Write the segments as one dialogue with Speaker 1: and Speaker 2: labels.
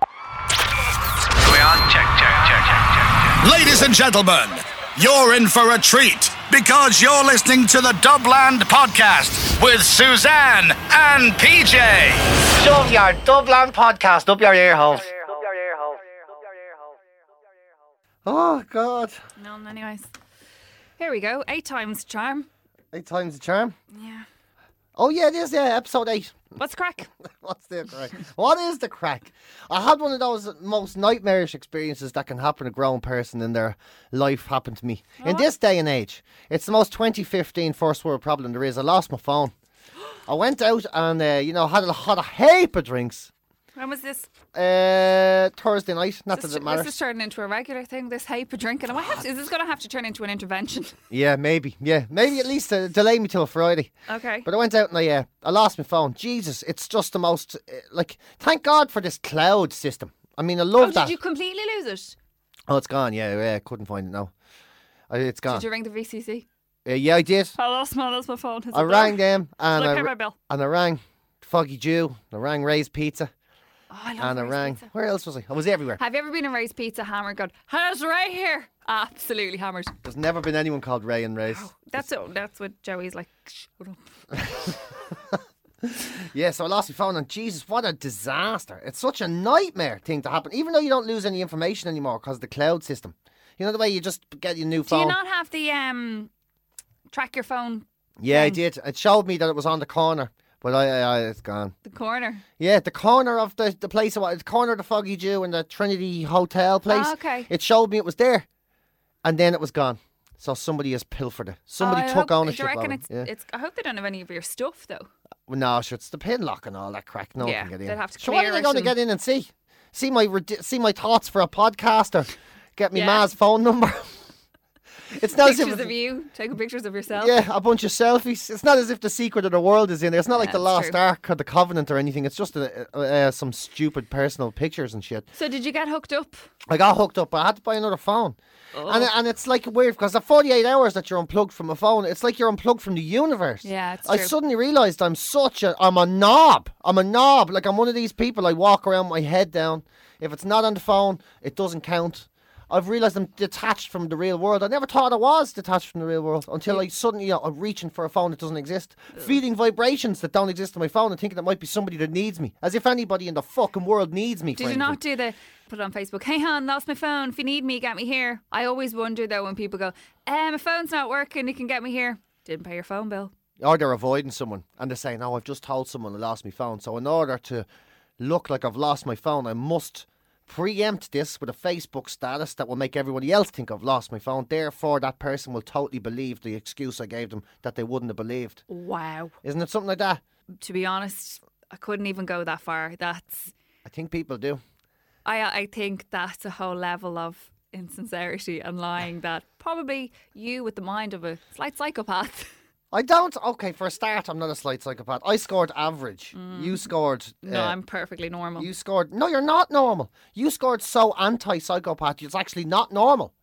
Speaker 1: Are we on? Check, check, check, check, check, check.
Speaker 2: Ladies and gentlemen, you're in for a treat because you're listening to the Dubland Podcast with Suzanne and PJ.
Speaker 3: Shove your Dublin podcast up your ear holes. Oh God!
Speaker 4: No, anyways. Here we go. Eight times charm.
Speaker 3: Eight times the charm.
Speaker 4: Yeah.
Speaker 3: Oh yeah, it is. Yeah, episode eight.
Speaker 4: What's crack?
Speaker 3: What's the crack? What is the crack? I had one of those most nightmarish experiences that can happen to a grown person in their life. Happened to me in this day and age. It's the most 2015 first world problem there is. I lost my phone. I went out and uh, you know had a, had a heap of drinks.
Speaker 4: When was this?
Speaker 3: Uh, Thursday night. Not
Speaker 4: This,
Speaker 3: that it
Speaker 4: this
Speaker 3: matters.
Speaker 4: is turning into a regular thing. This hype of drinking. Am I have to, is this going to have to turn into an intervention?
Speaker 3: Yeah, maybe. Yeah, maybe at least uh, delay me till Friday.
Speaker 4: Okay.
Speaker 3: But I went out and I, uh, I lost my phone. Jesus, it's just the most uh, like. Thank God for this cloud system. I mean, I
Speaker 4: oh,
Speaker 3: love
Speaker 4: did
Speaker 3: that.
Speaker 4: you completely lose it?
Speaker 3: Oh, it's gone. Yeah, yeah, I couldn't find it now. Uh, It's gone.
Speaker 4: Did you ring the VCC?
Speaker 3: Uh, yeah, I did.
Speaker 4: I lost my, lost my phone. Is
Speaker 3: I
Speaker 4: it
Speaker 3: rang
Speaker 4: there?
Speaker 3: them and
Speaker 4: Shall I
Speaker 3: I,
Speaker 4: pay
Speaker 3: ra-
Speaker 4: my bill?
Speaker 3: and I rang Foggy Jew. and I rang Ray's Pizza
Speaker 4: Oh, I love
Speaker 3: and I
Speaker 4: Ray's
Speaker 3: rang.
Speaker 4: Pizza.
Speaker 3: Where else was I? I was everywhere.
Speaker 4: Have you ever been in Ray's Pizza Hammer? God, how's Ray here? Absolutely hammered.
Speaker 3: There's never been anyone called Ray and Ray's.
Speaker 4: That's what, that's what Joey's like. Shut up.
Speaker 3: Yeah, so I lost my phone, and Jesus, what a disaster. It's such a nightmare thing to happen, even though you don't lose any information anymore because of the cloud system. You know, the way you just get your new
Speaker 4: Do
Speaker 3: phone.
Speaker 4: you not have the um, track your phone
Speaker 3: yeah,
Speaker 4: Um,
Speaker 3: I did. It showed me that it was on the corner, but I, I, I it's gone.
Speaker 4: the corner?
Speaker 3: Yeah, the corner of the, the place, the corner of the Foggy Dew and the Trinity Hotel place.
Speaker 4: Ah, okay.
Speaker 3: It showed me it was there, and then it was gone. So somebody has pilfered it. Somebody
Speaker 4: Oh, I
Speaker 3: took
Speaker 4: hope-
Speaker 3: ownership
Speaker 4: Do you reckon
Speaker 3: of it.
Speaker 4: it's,
Speaker 3: yeah.
Speaker 4: it's? I hope they don't have any of your stuff though.
Speaker 3: Well, no, sure, it's the pin lock and all that crack. No
Speaker 4: Yeah,
Speaker 3: one can get in.
Speaker 4: they'd have to
Speaker 3: so what
Speaker 4: clear
Speaker 3: are they
Speaker 4: it
Speaker 3: going to
Speaker 4: and-
Speaker 3: get in and see? See my redi- see my thoughts for a podcaster. Get me
Speaker 4: Yeah.
Speaker 3: ma's phone number. it's not as
Speaker 4: pictures
Speaker 3: if
Speaker 4: of you, taking pictures of yourself.
Speaker 3: yeah, a bunch of selfies. It's not as if the secret of the world is in there. It's not like the
Speaker 4: that's
Speaker 3: Lost
Speaker 4: true.
Speaker 3: Ark or the Covenant or anything. It's just a, uh uh, some stupid personal pictures and shit.
Speaker 4: So did you get hooked up?
Speaker 3: I got hooked up, but I had to buy another phone.
Speaker 4: Oh.
Speaker 3: And, and it's like weird because the 48 hours that you're unplugged from a phone, it's like you're unplugged from the universe.
Speaker 4: Yeah, it's
Speaker 3: I
Speaker 4: true.
Speaker 3: suddenly realized I'm such a, I'm a knob. I'm a knob. Like I'm one of these people. I walk around my head down. If it's not on the phone, it doesn't count. I've realized I'm detached from the real world. I never thought I was detached from the real world until I suddenly you know, I'm reaching for a phone that doesn't exist, feeling vibrations that don't exist on my phone, and thinking it might be somebody that needs me, as if anybody in the fucking world needs me. for
Speaker 4: Did you
Speaker 3: anything.
Speaker 4: not do the put it on Facebook? Hey hon, lost my phone. If you need me, get me here. I always wonder though when people go, um, my phone's not working. You can get me here. Didn't pay your phone bill.
Speaker 3: or they're avoiding someone and they're saying, "Oh, I've just told someone I lost my phone." So in order to look like I've lost my phone, I must preempt this with a Facebook status that will make everybody else think I've lost my phone. Therefore, that person will totally believe the excuse I gave them that they wouldn't have believed.
Speaker 4: Wow.
Speaker 3: Isn't it something like that?
Speaker 4: To be honest, I couldn't even go that far. That's
Speaker 3: I think people do.
Speaker 4: I I think that's a whole level of insincerity and lying that probably you with the mind of a slight psychopath.
Speaker 3: I don't. Okay, for a start, I'm not a slight psychopath. I scored average. You scored.
Speaker 4: Mm. no,
Speaker 3: uh,
Speaker 4: I'm perfectly normal.
Speaker 3: You scored. No, you're not normal. You scored so anti psychopath, it's actually not normal.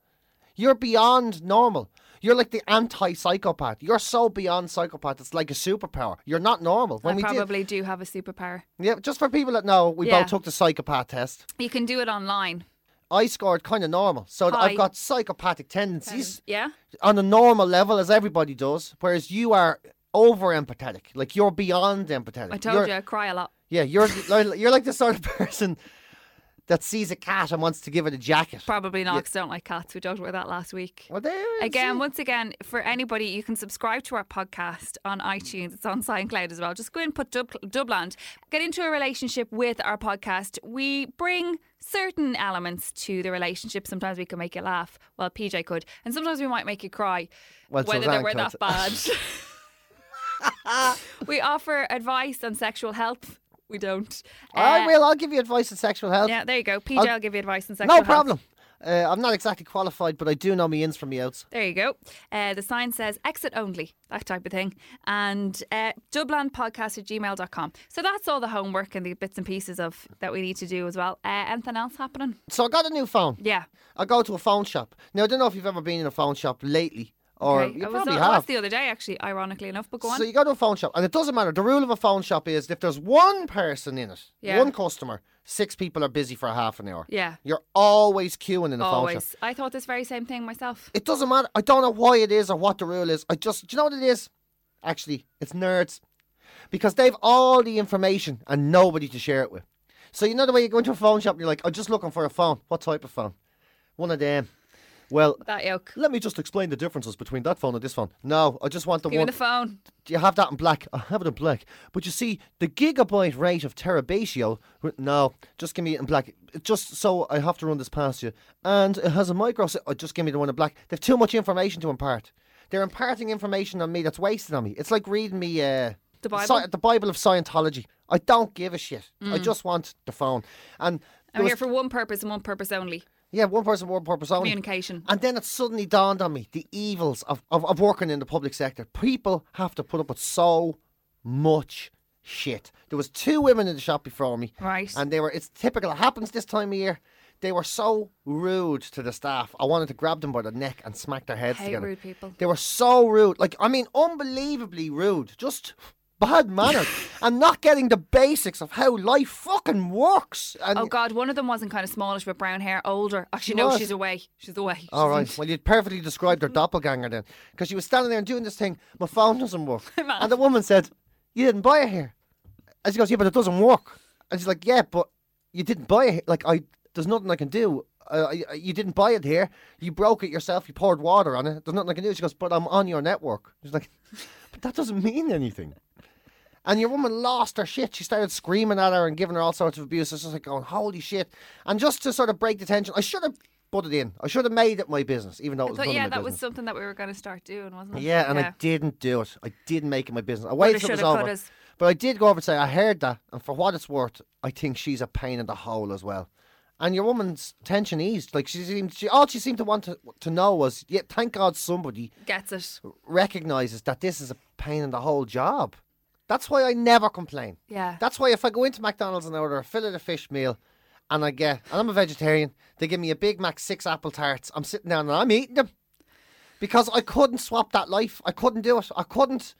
Speaker 3: You're beyond normal. You're like the anti psychopath. You're so beyond psychopath, it's like a superpower. You're not normal.
Speaker 4: I
Speaker 3: did-
Speaker 4: probably do have a superpower.
Speaker 3: yeah, just for people that know, we
Speaker 4: Yeah.
Speaker 3: both took the psychopath test.
Speaker 4: You can do it online.
Speaker 3: I scored kind of normal. So th-
Speaker 4: High.
Speaker 3: I've got psychopathic tendencies
Speaker 4: Yeah.
Speaker 3: on a normal level, as everybody does, whereas you are over empathetic. Like you're beyond empathetic.
Speaker 4: I told
Speaker 3: You're-
Speaker 4: you I cry a lot.
Speaker 3: Yeah, you're, li- you're like the sort of person that sees a cat and wants to give it a jacket.
Speaker 4: Probably not 'cause I don't like cats. We talked about that last week.
Speaker 3: Well, there is
Speaker 4: Again,
Speaker 3: it.
Speaker 4: once again, for anybody, you can subscribe to our podcast on iTunes. It's on SoundCloud as well. Just go in, put Dub- Dubland, get into a relationship with our podcast. We bring certain elements to the relationship. Sometimes we can make you laugh. Well, PJ could, and sometimes we might make you cry.
Speaker 3: Well,
Speaker 4: whether they
Speaker 3: Suzanne
Speaker 4: were
Speaker 3: could.
Speaker 4: that bad. we offer advice on sexual health. we don't.
Speaker 3: I
Speaker 4: Uh,
Speaker 3: will. I'll give you advice on sexual health.
Speaker 4: Yeah, there you go. PJ,
Speaker 3: I'll-
Speaker 4: I'll, give you advice in sexual
Speaker 3: no
Speaker 4: health.
Speaker 3: problem. Uh, I'm not exactly qualified, but I do know me ins from me outs.
Speaker 4: There you go. Uh, the sign says exit only, that type of thing. And uh, Podcast at gmail.com. So that's all the homework and the bits and pieces of that we need to do as well. Uh, anything else happening?
Speaker 3: So I got a new phone.
Speaker 4: Yeah.
Speaker 3: I go to a phone shop. Now I don't know if you've ever been in a phone shop lately, or
Speaker 4: Okay.
Speaker 3: you
Speaker 4: I was
Speaker 3: probably
Speaker 4: on- I
Speaker 3: have.
Speaker 4: was the other day, actually, ironically enough, but go on.
Speaker 3: So you go to a phone shop, and it doesn't matter. The rule of a phone shop is if there's one person in it,
Speaker 4: Yeah.
Speaker 3: one customer, six people are busy for a half an hour.
Speaker 4: yeah,
Speaker 3: You're always queuing in a phone shop.
Speaker 4: always. I thought this very same thing myself.
Speaker 3: It doesn't matter. I don't know why it is or what the rule is. I just, do you know what it is? Actually, it's nerds. Because they've all the information and nobody to share it with. So you know the way you go into a phone shop and you're like, I'm just looking for a phone. What type of phone? One of them. Well,
Speaker 4: That yoke.
Speaker 3: let me just explain the differences between that phone and this phone. No, I just want the
Speaker 4: Give me
Speaker 3: one.
Speaker 4: the phone.
Speaker 3: Do you have that in black? I have it in black. But you see, the gigabyte rate of terabatio. No, just give me it in black. Just so I have to run this past you. And it has a micro. Oh, just give me the one in black. They've too much information to impart. They're imparting information on me that's wasted on me. It's like reading me uh,
Speaker 4: The Bible? Mm.
Speaker 3: Sci- the Bible of Scientology. I don't give a shit. I just want the phone. And there
Speaker 4: I'm
Speaker 3: was-
Speaker 4: here for one purpose and one purpose only
Speaker 3: yeah, one person, one purpose only.
Speaker 4: communication.
Speaker 3: And then it suddenly dawned on me the evils of, of, of working in the public sector. People have to put up with so much shit. There was two women in the shop before me.
Speaker 4: Right.
Speaker 3: And they were it's typical, it happens this time of year. They were so rude to the staff. I wanted to grab them by the neck and smack their heads
Speaker 4: Hate
Speaker 3: together.
Speaker 4: rude people.
Speaker 3: They were so rude. Like, I mean, unbelievably rude. Just bad mannered. and not getting the basics of how life fucking works. And
Speaker 4: Oh God! One of them wasn't kind of smallish with brown hair, older. Actually, no,
Speaker 3: was.
Speaker 4: she's away. She's away. She's
Speaker 3: All right. Well, you'd perfectly described her doppelganger then, because she was standing there and doing this thing. My phone doesn't work, and the woman said, "You didn't buy it here." And she goes, "Yeah, but it doesn't work." And she's like, "Yeah, but you didn't buy it. here. Like, I there's nothing I can do. Uh, I- I- you didn't buy it here. You broke it yourself. You poured water on it. There's nothing I can do." She goes, "But I'm on your network." She's like, "But that doesn't mean anything." And your woman lost her shit. She started screaming at her and giving her all sorts of abuse. I was just like going, holy shit. And just to sort of break the tension, I should have put it in. I should have made it my business, even though it
Speaker 4: I
Speaker 3: was
Speaker 4: thought,
Speaker 3: none of
Speaker 4: yeah,
Speaker 3: my
Speaker 4: that was
Speaker 3: business.
Speaker 4: something that we were going to start doing, wasn't it?
Speaker 3: Yeah, and I didn't do it. I didn't make it my business. I
Speaker 4: Woulda,
Speaker 3: waited till it was
Speaker 4: shoulda,
Speaker 3: over.
Speaker 4: couldas.
Speaker 3: But I did go over and say, I heard that. And for what it's worth, I think she's a pain in the hole as well. And your woman's tension eased. Like she seemed, she, all she seemed to want to, to know was, yeah, thank God somebody
Speaker 4: gets it.
Speaker 3: recognizes that this is a pain in the whole job. That's why I never complain.
Speaker 4: Yeah.
Speaker 3: That's why if I go into McDonald's and I order a fillet of fish meal and I get, and I'm a vegetarian, they give me a Big Mac, six apple tarts. I'm sitting down and I'm eating them because I couldn't swap that life. I couldn't do it. I couldn't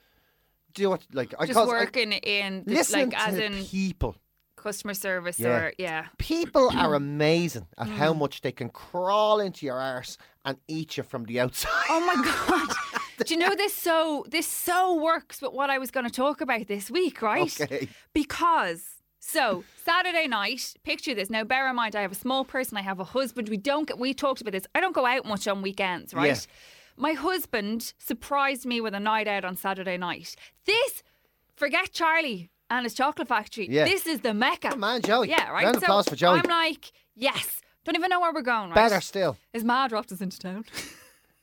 Speaker 3: do it. Like, I
Speaker 4: Just
Speaker 3: cause I-
Speaker 4: working in, the,
Speaker 3: listening
Speaker 4: like, as
Speaker 3: to
Speaker 4: in
Speaker 3: people.
Speaker 4: customer service
Speaker 3: Yeah.
Speaker 4: or yeah.
Speaker 3: People are amazing at how
Speaker 4: Mm.
Speaker 3: much they can crawl into your arse and eat you from the outside.
Speaker 4: Oh my god! Do you know this so this so works with what I was going to talk about this week, right?
Speaker 3: Okay.
Speaker 4: Because so Saturday night, picture this. Now, bear in mind, I have a small person. I have a husband. We don't get. We talked about this. I don't go out much on weekends, right? My husband surprised me with a night out on Saturday night. This, forget Charlie and his chocolate factory.
Speaker 3: Yeah.
Speaker 4: This is the mecca.
Speaker 3: Come on, Joey.
Speaker 4: Oh, Yeah, right.
Speaker 3: Round of
Speaker 4: so
Speaker 3: applause for Joey.
Speaker 4: I'm like, yes. Don't even know where we're going. Right?
Speaker 3: Better still.
Speaker 4: His ma dropped us into town.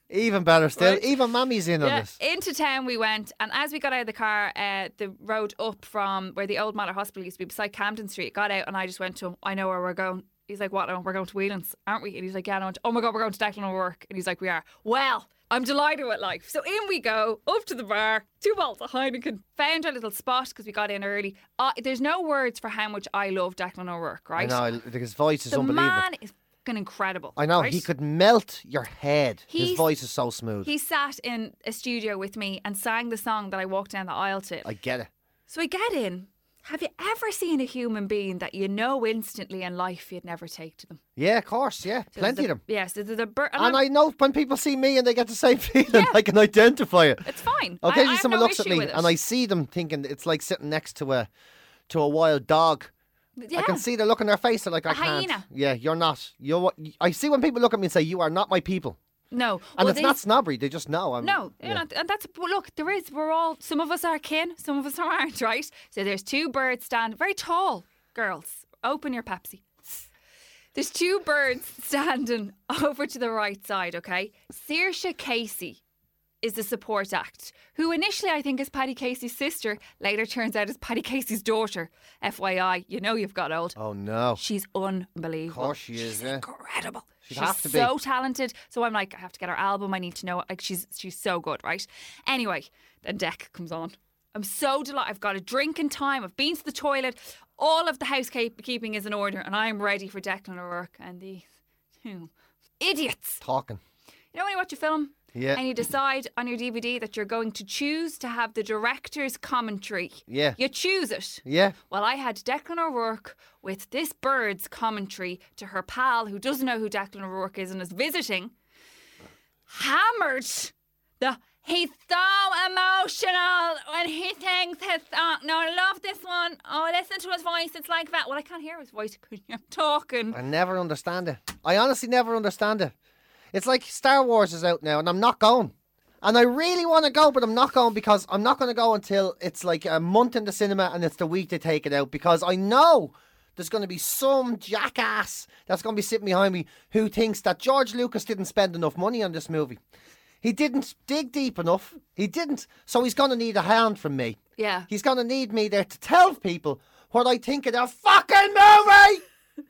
Speaker 3: Even better still.
Speaker 4: Right?
Speaker 3: Even Mammy's in on this.
Speaker 4: Into town we went, and as we got out of the car, uh, the road up from where the old Manor Hospital used to be, beside Camden Street, got out, and I just went to him. I know where we're going. He's like, "What? Owen? We're going to Whelan's, aren't we?" And he's like, "Yeah." And I went, "Oh my god, we're going to Declan O'Rourke," and he's like, "We are." Well. I'm delighted with life. So in we go, up to the bar, two bottles of Heineken, found our little spot because we got in early. Uh, there's no words for how much I love Declan O'Rourke,
Speaker 3: I
Speaker 4: right?
Speaker 3: know, I- his voice is
Speaker 4: the
Speaker 3: unbelievable.
Speaker 4: man is fucking incredible.
Speaker 3: I know,
Speaker 4: right?
Speaker 3: he could melt your head.
Speaker 4: He's-
Speaker 3: his voice is so smooth.
Speaker 4: He sat in a studio with me and sang the song that I walked down the aisle to.
Speaker 3: I get it.
Speaker 4: so I get in. Have you ever seen a human being that you know instantly in life you'd never take to them?
Speaker 3: Yeah, of course, yeah.
Speaker 4: So
Speaker 3: Plenty of
Speaker 4: there's a-
Speaker 3: them.
Speaker 4: Yeah, so there's a bur- and
Speaker 3: And
Speaker 4: I'm-
Speaker 3: I know when people see me and they get the same feeling, I can identify it.
Speaker 4: it's fine. I- I
Speaker 3: Occasionally
Speaker 4: have
Speaker 3: someone
Speaker 4: no
Speaker 3: looks at
Speaker 4: issue
Speaker 3: me
Speaker 4: with it.
Speaker 3: and I see them thinking it's like sitting next to a to a wild dog.
Speaker 4: yeah.
Speaker 3: I can see the look on their face. They're like, I
Speaker 4: A
Speaker 3: can't.
Speaker 4: hyena.
Speaker 3: Yeah, you're not. You're. what- I see when people look at me and say, "You are not my people,"
Speaker 4: no,
Speaker 3: and
Speaker 4: well,
Speaker 3: it's
Speaker 4: they-
Speaker 3: not snobbery. They just know. I'm,
Speaker 4: No,
Speaker 3: yeah.
Speaker 4: you know, and that's well, look. There is. We're all. Some of us are kin. Some of us aren't. Right. So there's two birds stand very tall. Girls, open your Pepsi. There's two birds standing over to the right side. Okay, Saoirse Casey is the support act, who initially I think is Paddy Casey's sister, later turns out is Paddy Casey's daughter. FYI, you know you've got old.
Speaker 3: Oh no.
Speaker 4: She's unbelievable.
Speaker 3: Of course she is,
Speaker 4: She's
Speaker 3: yeah.
Speaker 4: incredible.
Speaker 3: She'd
Speaker 4: she's
Speaker 3: have to be.
Speaker 4: so talented. So I'm like, I have to get her album. I need to know. it. Like she's she's so good, right? Anyway, then Deck comes on. I'm so delighted. I've got a drink in time. I've been to the toilet. All of the housekeeping is in order, and I'm ready for Declan O'Rourke and the two idiots.
Speaker 3: Talking.
Speaker 4: You know when you watch a film
Speaker 3: Yeah.
Speaker 4: and you decide on your DVD that you're going to choose to have the director's commentary.
Speaker 3: Yeah.
Speaker 4: You choose it.
Speaker 3: Yeah.
Speaker 4: Well, I had Declan O'Rourke with this bird's commentary to her pal who doesn't know who Declan O'Rourke is and is visiting. Hammered the he's so emotional when he sings his song. No, I love this one. Oh, listen to his voice. It's like that. Well, I can't hear his voice because I'm talking.
Speaker 3: I never understand it. I honestly never understand it. It's like Star Wars is out now and I'm not going. And I really want to go, but I'm not going because I'm not going to go until it's like a month in the cinema and it's the week they take it out because I know there's going to be some jackass that's going to be sitting behind me who thinks that George Lucas didn't spend enough money on this movie. He didn't dig deep enough. He didn't. So he's going to need a hand from me.
Speaker 4: Yeah.
Speaker 3: He's going to need me there to tell people what I think of the fucking movie.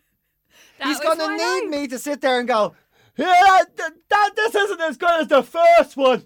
Speaker 4: That
Speaker 3: He's
Speaker 4: was
Speaker 3: going to
Speaker 4: my
Speaker 3: need
Speaker 4: life.
Speaker 3: me to sit there and go, yeah, th- that, this isn't as good as the first one.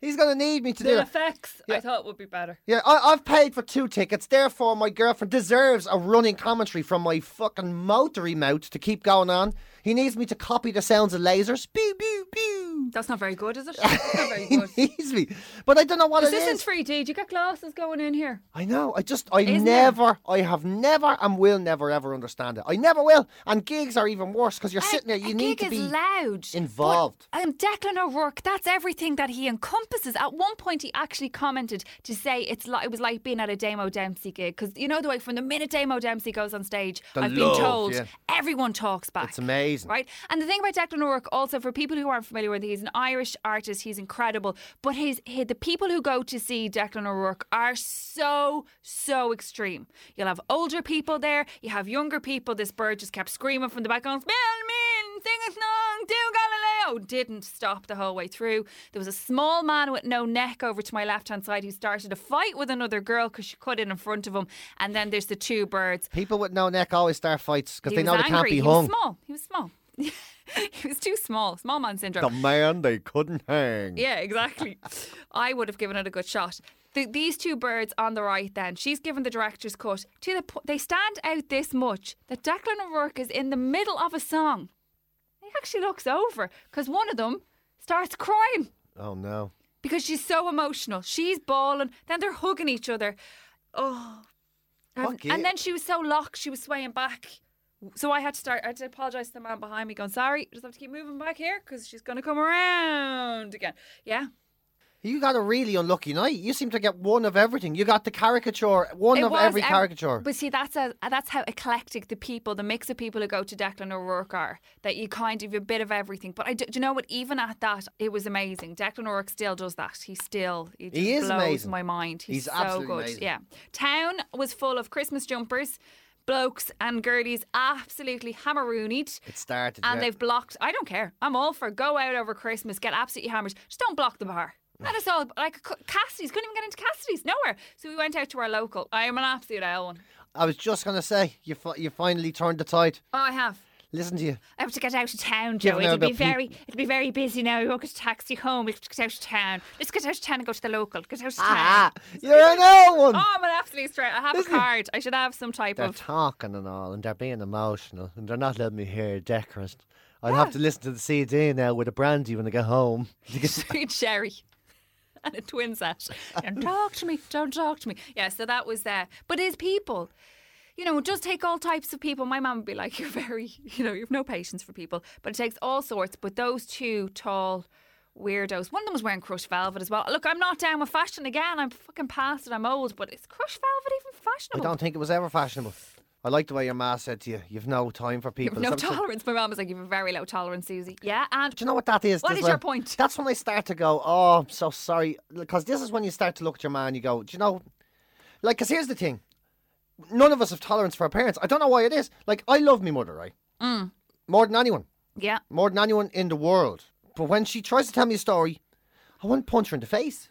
Speaker 3: He's going to need me to do
Speaker 4: The
Speaker 3: that.
Speaker 4: effects I thought would be better.
Speaker 3: Yeah, I, I've paid for two tickets, therefore my girlfriend deserves a running commentary from my fucking motory mouth to keep going on. He needs me to copy the sounds of lasers. Pew, pew, pew.
Speaker 4: That's not very good, is it? That's not very
Speaker 3: He
Speaker 4: good.
Speaker 3: needs me. But I don't know what
Speaker 4: Is
Speaker 3: it
Speaker 4: this
Speaker 3: is.
Speaker 4: in 3D? Do you get glasses going in here?
Speaker 3: I know. I just, I
Speaker 4: Isn't it?
Speaker 3: never, I have never and will never ever understand it. I never will. And gigs are even worse because you're sitting there.
Speaker 4: A
Speaker 3: You need
Speaker 4: gig
Speaker 3: to be
Speaker 4: is loud.
Speaker 3: involved.
Speaker 4: But, um, Declan O'Rourke, that's everything that he encompasses. At one point, he actually commented to say it's like, it was like being at a Damo Dempsey gig because you know the way from the minute Damo Dempsey goes on stage,
Speaker 3: The
Speaker 4: I've
Speaker 3: love,
Speaker 4: been told
Speaker 3: yeah.
Speaker 4: everyone talks back.
Speaker 3: It's amazing.
Speaker 4: right? And the thing about Declan O'Rourke, also for people who aren't familiar with, it, he's an Irish artist. He's incredible, but his, he- the people who go to see Declan O'Rourke are so so extreme. You'll have older people there, you have younger people. This bird just kept screaming from the back on, "Spell me, in, sing a song, do Galileo." Didn't stop the whole way through. There was a small man with no neck over to my left hand side who started a fight with another girl because she cut in in front of him. And then there's the two birds.
Speaker 3: People with no neck always start fights because
Speaker 4: He
Speaker 3: they
Speaker 4: was
Speaker 3: know they
Speaker 4: angry.
Speaker 3: can't be
Speaker 4: he
Speaker 3: hung.
Speaker 4: Was small. He was small. he was too small. Small man syndrome.
Speaker 3: The man they couldn't hang.
Speaker 4: Yeah, exactly. I would have given it a good shot. Th these two birds on the right, then she's given the director's cut. To the po- they stand out this much that Declan O'Rourke is in the middle of a song. He actually looks over because one of them starts crying
Speaker 3: Oh no.
Speaker 4: because she's so emotional. She's bawling. Then they're hugging each other. Oh, I've-
Speaker 3: Fuck it.
Speaker 4: and then she was so locked, she was swaying back. So I had to start. I had to apologise to the man behind me, going, "Sorry, just have to keep moving back here because she's going to come around again." Yeah,
Speaker 3: You got a really unlucky night. You seem to get one of everything. You got the caricature, one of every
Speaker 4: ev-
Speaker 3: caricature.
Speaker 4: um, But see, that's a, that's how eclectic the people, the mix of people who go to Declan O'Rourke are. That you kind of a bit of everything. But I do, do you know what? Even at that, it was amazing. Declan O'Rourke still does that. He still he, just
Speaker 3: is
Speaker 4: blows
Speaker 3: amazing.
Speaker 4: my mind. He's,
Speaker 3: He's
Speaker 4: so
Speaker 3: absolutely
Speaker 4: good.
Speaker 3: amazing.
Speaker 4: Yeah, town was full of Christmas jumpers. Blokes and girlies absolutely hammeroonied.
Speaker 3: it started.
Speaker 4: And
Speaker 3: yeah.
Speaker 4: they've blocked. I don't care. I'm all for go out over Christmas, get absolutely hammered. Just don't block the bar. That is all. Like C- Cassidy's couldn't even get into Cassidy's nowhere. So we went out to our local. I am an absolute L one.
Speaker 3: I was just gonna say you fi- you finally turned the tide.
Speaker 4: Oh, I have.
Speaker 3: Listen to you.
Speaker 4: I have to get out of town,
Speaker 3: Give
Speaker 4: Joe.
Speaker 3: her
Speaker 4: It'll
Speaker 3: a
Speaker 4: be
Speaker 3: bit of
Speaker 4: very, it'll be very busy now. We won't get a taxi home. We'll have to get out of town. Let's get out of town and go to the local. Get out of town.
Speaker 3: Ah, you're an old one.
Speaker 4: Oh, I'm an absolute straight. I have a card. I should have some type
Speaker 3: They're
Speaker 4: of.
Speaker 3: talking and all, and they're being emotional, and they're not letting me hear decorous. I'll
Speaker 4: Ah.
Speaker 3: have to listen to the CD now with a brandy when I get home.
Speaker 4: sweet sherry and a twin set. Don't talk to me. Don't talk to me. Yeah, so that was there. But his people, you know, just take all types of people. My mum would be like, you're very, you know, you've no patience for people. But it takes all sorts. But those two tall weirdos, one of them was wearing crushed velvet as well. Look, I'm not down with fashion again. I'm fucking past it. I'm old. But is crushed velvet even
Speaker 3: I
Speaker 4: fashionable?
Speaker 3: don't think it was ever fashionable. I like the way your ma said to you, "You've no time for people."
Speaker 4: You've no
Speaker 3: Some- some-
Speaker 4: tolerance. My mum was like, you've a very low tolerance, Susie. Yeah, and
Speaker 3: Do you know what that is?
Speaker 4: What
Speaker 3: as
Speaker 4: is
Speaker 3: well?
Speaker 4: your point?
Speaker 3: That's when I start to go, oh, I'm so sorry. Because this is when you start to look at your man, you go, do you know, like, because here's the thing. None of us have tolerance for our parents. I don't know why it is. Like, I love me mother, right?
Speaker 4: Mm.
Speaker 3: More than anyone.
Speaker 4: yeah,
Speaker 3: More than anyone in the world. But when she tries to tell me a story, I want to punch her in the face.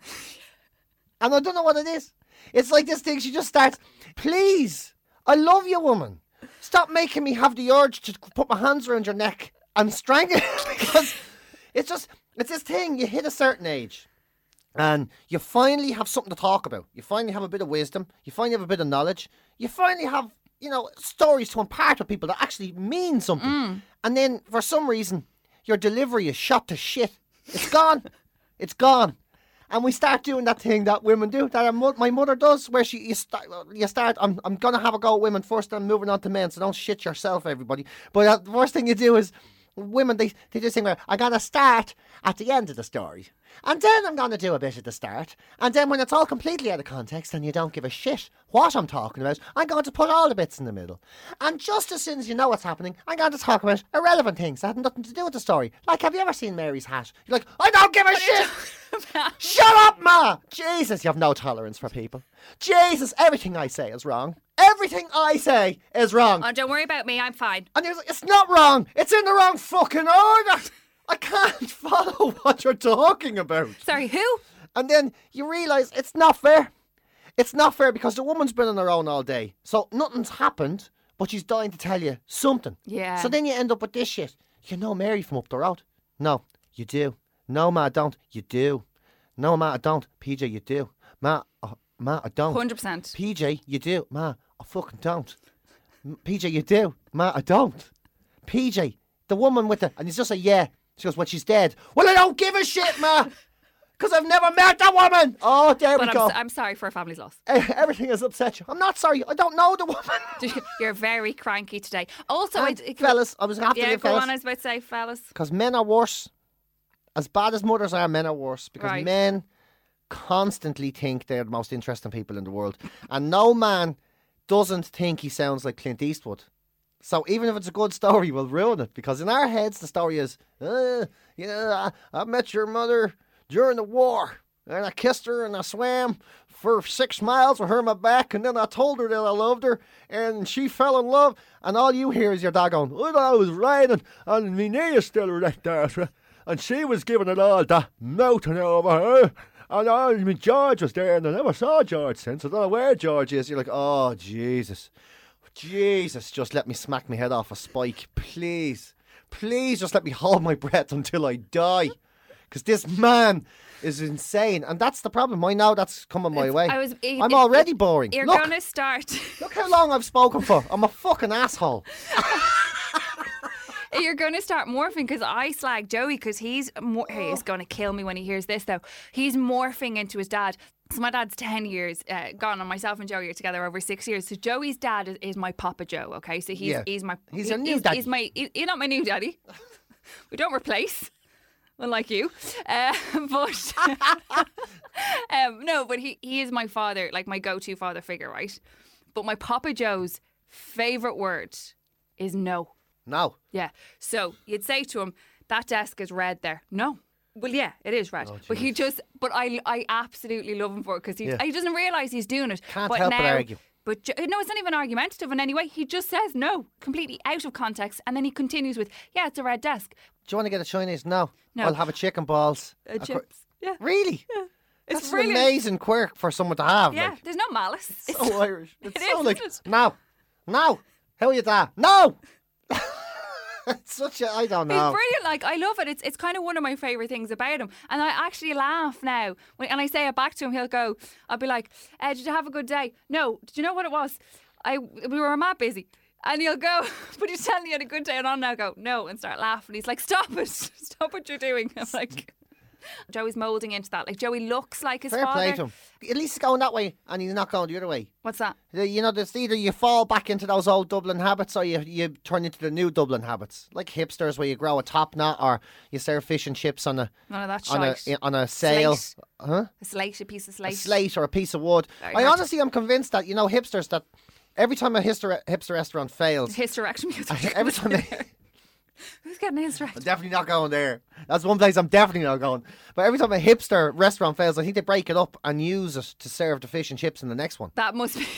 Speaker 3: and I don't know what it is. It's like this thing, she just starts, please, I love you, woman. Stop making me have the urge to put my hands around your neck and strangle you." because it's just, it's this thing, you hit a certain age and you finally have something to talk about. You finally have a bit of wisdom. You finally have a bit of knowledge. You finally have, you know, stories to impart to people that actually mean something. And then for some reason, your delivery is shot to shit. It's gone. it's gone. And we start doing that thing that women do, that our mo- my mother does, where she you, st- you start. I'm, I'm gonna have a go at women first, then moving on to men. So don't shit yourself, everybody. But uh, the first thing you do is women they, they just think well, I'm gonna start at the end of the story. And then I'm gonna do a bit at the start. And then when it's all completely out of context and you don't give a shit what I'm talking about, I'm going to put all the bits in the middle. And just as soon as you know what's happening, I'm going to talk about irrelevant things that have nothing to do with the story. Like have you ever seen Mary's hat? You're like, I don't give a shit Shut up, Ma! Jesus, you have no tolerance for people. Jesus, everything I say is wrong. Everything I say is wrong.
Speaker 4: Oh, don't worry about me. I'm fine.
Speaker 3: And he was like, it's not wrong. It's in the wrong fucking order. I can't follow what you're talking about.
Speaker 4: Sorry, who?
Speaker 3: And then you realise it's not fair. It's not fair because the woman's been on her own all day. So nothing's happened, but she's dying to tell you something.
Speaker 4: Yeah.
Speaker 3: So then you end up with this shit. You know Mary from up the road. No, you do. No, ma, I don't. You do. No, ma, I don't. PJ, you do. Ma, uh, ma, I don't.
Speaker 4: 100%.
Speaker 3: PJ, you do. Ma, I fucking don't. M- PJ, you do. Ma, I don't. PJ, the woman with the. And he's just like, yeah. She goes, well, she's dead. Well, I don't give a shit, Ma. Because I've never met that woman. Oh, there
Speaker 4: But
Speaker 3: we
Speaker 4: I'm,
Speaker 3: go.
Speaker 4: s- I'm sorry for a family's loss.
Speaker 3: E- Everything has upset you. I'm not sorry. I don't know the woman.
Speaker 4: You're very cranky today. Also,
Speaker 3: And
Speaker 4: I, d- can-
Speaker 3: fellas, I was after
Speaker 4: yeah,
Speaker 3: you,
Speaker 4: go on.
Speaker 3: fellas.
Speaker 4: I was about to say, fellas.
Speaker 3: Because men are worse. As bad as mothers are, men are worse. Because
Speaker 4: Right.
Speaker 3: men constantly think they're the most interesting people in the world. and no man doesn't think he sounds like Clint Eastwood. So even if it's a good story, we'll ruin it because in our heads the story is, uh, you know, I, I met your mother during the war and I kissed her and I swam for six miles with her on my back and then I told her that I loved her and she fell in love and all you hear is your dad going, oh, I was riding and me knee is still right there and she was giving it all that mountain over her. And I I mean, George was there, and I never saw George since. I don't know where George is. You're like, oh, Jesus. Jesus, just let me smack my head off a spike, please. Please just let me hold my breath until I die. Because this man is insane. And that's the problem. I know that's coming my way.
Speaker 4: I was- it-
Speaker 3: I'm
Speaker 4: it-
Speaker 3: already boring.
Speaker 4: You're
Speaker 3: Look,
Speaker 4: going to start.
Speaker 3: look how long I've spoken for. I'm a fucking asshole.
Speaker 4: You're going to start morphing because I slag Joey because he's mor- he is going to kill me when he hears this though. He's morphing into his dad. So my dad's ten years uh, gone, and myself and Joey are together over six years. So Joey's dad is, is my Papa Joe. Okay, so he's
Speaker 3: Yeah.
Speaker 4: he's my
Speaker 3: He's
Speaker 4: he-
Speaker 3: your new
Speaker 4: he's,
Speaker 3: daddy.
Speaker 4: He's my he- he's not my new daddy. we don't replace. Unlike you, uh, but um, no, but he, he is my father, like my go-to father figure, right? But my Papa Joe's favorite word is no.
Speaker 3: No.
Speaker 4: Yeah. So you'd say to him, "That desk is red there." No. Well, yeah, it is red.
Speaker 3: Oh,
Speaker 4: but he just, but I, I absolutely love him for it because he,
Speaker 3: Yeah.
Speaker 4: he doesn't realise he's doing it.
Speaker 3: Can't
Speaker 4: but
Speaker 3: help but
Speaker 4: now,
Speaker 3: argue.
Speaker 4: But ju- no, it's not even argumentative in any way. He just says no, completely out of context, and then he continues with, "Yeah, it's a red desk."
Speaker 3: Do you want to get a Chinese? No.
Speaker 4: No.
Speaker 3: I'll have a chicken balls.
Speaker 4: Uh,
Speaker 3: A cr-
Speaker 4: chips. Yeah.
Speaker 3: Really?
Speaker 4: It's
Speaker 3: That's
Speaker 4: brilliant.
Speaker 3: an amazing quirk for someone to have.
Speaker 4: Yeah.
Speaker 3: Like.
Speaker 4: There's no malice. It's-
Speaker 3: so Irish. It's
Speaker 4: It
Speaker 3: so
Speaker 4: is,
Speaker 3: like
Speaker 4: isn't
Speaker 3: no, no. How are you that? No. it's such a I don't
Speaker 4: He's
Speaker 3: know.
Speaker 4: brilliant. Like I love it. It's it's kind of one of my favorite things about him. And I actually laugh now when and I say it back to him. He'll go. I'll be like, uh, "Did you have a good day?" No. Did you know what it was? I we were mad busy. And he'll go, but he's telling you had a good day, and I'll now go no and start laughing. He's like, "Stop it! Stop what you're doing!" I'm like, Joey's molding into that. Like Joey looks like his
Speaker 3: Fair
Speaker 4: father.
Speaker 3: play to him. At least he's going that way, and he's not going the other way.
Speaker 4: What's that?
Speaker 3: The- You know, it's either you fall back into those old Dublin habits, or you, you turn into the new Dublin habits, like hipsters, where you grow a top knot, or you serve fish and chips on a
Speaker 4: None of that
Speaker 3: on a
Speaker 4: shite.
Speaker 3: on a sale.
Speaker 4: Slate.
Speaker 3: Huh?
Speaker 4: A slate, a piece of slate.
Speaker 3: a slate or a piece of wood.
Speaker 4: Very
Speaker 3: I
Speaker 4: hard to-
Speaker 3: honestly am convinced that you know hipsters that every time a hipster hipster restaurant fails,
Speaker 4: Hysterectomy.
Speaker 3: every time they,
Speaker 4: Who's getting a hysterectomy?
Speaker 3: I'm definitely not going there. That's one place I'm definitely not going. But every time a hipster restaurant fails, I think they break it up and use it to serve the fish and chips in the next one.
Speaker 4: That must be.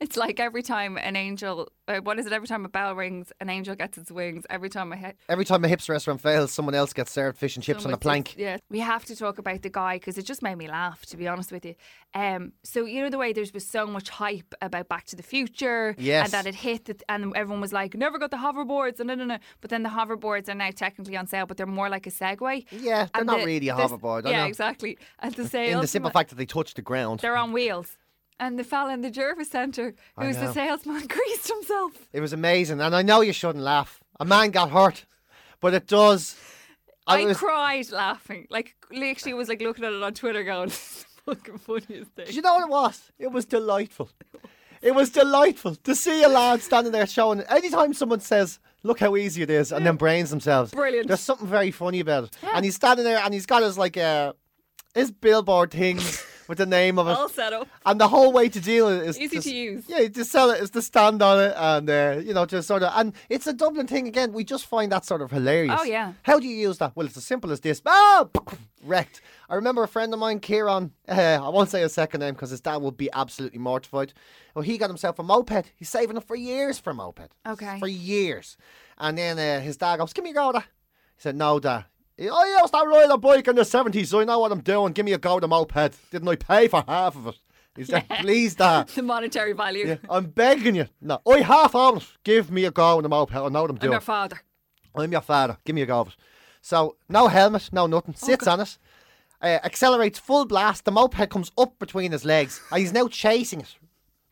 Speaker 4: It's like every time an angel, uh, what is it? Every time a bell rings, an angel gets its wings. Every time a hit.
Speaker 3: Every time a hipster restaurant fails, someone else gets served fish and chips on a plank.
Speaker 4: Yeah, we have to talk about the guy because it just made me laugh, to be honest with you. Um, so you know the way there's was so much hype about Back to the Future,
Speaker 3: Yes.
Speaker 4: and that it hit, it, and everyone was like, "Never got the hoverboards," and no, no, no. But then the hoverboards are now technically on sale, but they're more like a Segway.
Speaker 3: Yeah, they're
Speaker 4: And
Speaker 3: not
Speaker 4: the-
Speaker 3: really a
Speaker 4: this-
Speaker 3: hoverboard, I
Speaker 4: Yeah,
Speaker 3: know.
Speaker 4: exactly. And the sale
Speaker 3: In the simple fact that they touch the ground,
Speaker 4: they're on wheels. And the fella in the Jervis Centre,
Speaker 3: I
Speaker 4: who's the
Speaker 3: know.
Speaker 4: salesman, greased himself.
Speaker 3: it was amazing. And I know you shouldn't laugh. A man got hurt, but it does.
Speaker 4: I,
Speaker 3: was-
Speaker 4: cried laughing. Like, literally was like looking at it on Twitter going, "This is the fucking funniest
Speaker 3: Do
Speaker 4: thing.
Speaker 3: you know what it was? It was delightful. It was delightful to see a lad standing there showing. Anytime someone says, "Look how easy it is," and then brains themselves,
Speaker 4: Brilliant.
Speaker 3: There's something very funny about it. And he's standing there, and he's got his like uh, his billboard things with the name of it.
Speaker 4: All set up.
Speaker 3: And the whole way to deal with it is
Speaker 4: Easy
Speaker 3: just-
Speaker 4: to use.
Speaker 3: Yeah, to sell it is to stand on it and uh, you know just sort of and it's a Dublin thing again. We just find that sort of hilarious.
Speaker 4: Oh, yeah.
Speaker 3: How do you use that? Well, it's as simple as this. Ah, wrecked. I remember a friend of mine, Kieran. Uh, I won't say his second name because his dad would be absolutely mortified. Well, he got himself a moped. He's saving up for years for a moped.
Speaker 4: Okay.
Speaker 3: For years, and then uh, his dad goes, "Give me a go." Dad." He said, "No, dad." He, "Oh, I used to ride a bike in the 70s, so I know what I'm doing. Give me a go with the moped. Didn't I pay for half of it? He said, please, dad.
Speaker 4: The monetary value.
Speaker 3: Yeah, I'm begging you. No, I half own it. Give me a go on the moped. I know what I'm
Speaker 4: And
Speaker 3: doing.
Speaker 4: her father.
Speaker 3: I'm your father. Give me a go of it. So, no helmet, no nothing. Sits on it. Uh, accelerates full blast. The moped comes up between his legs. And he's now chasing it.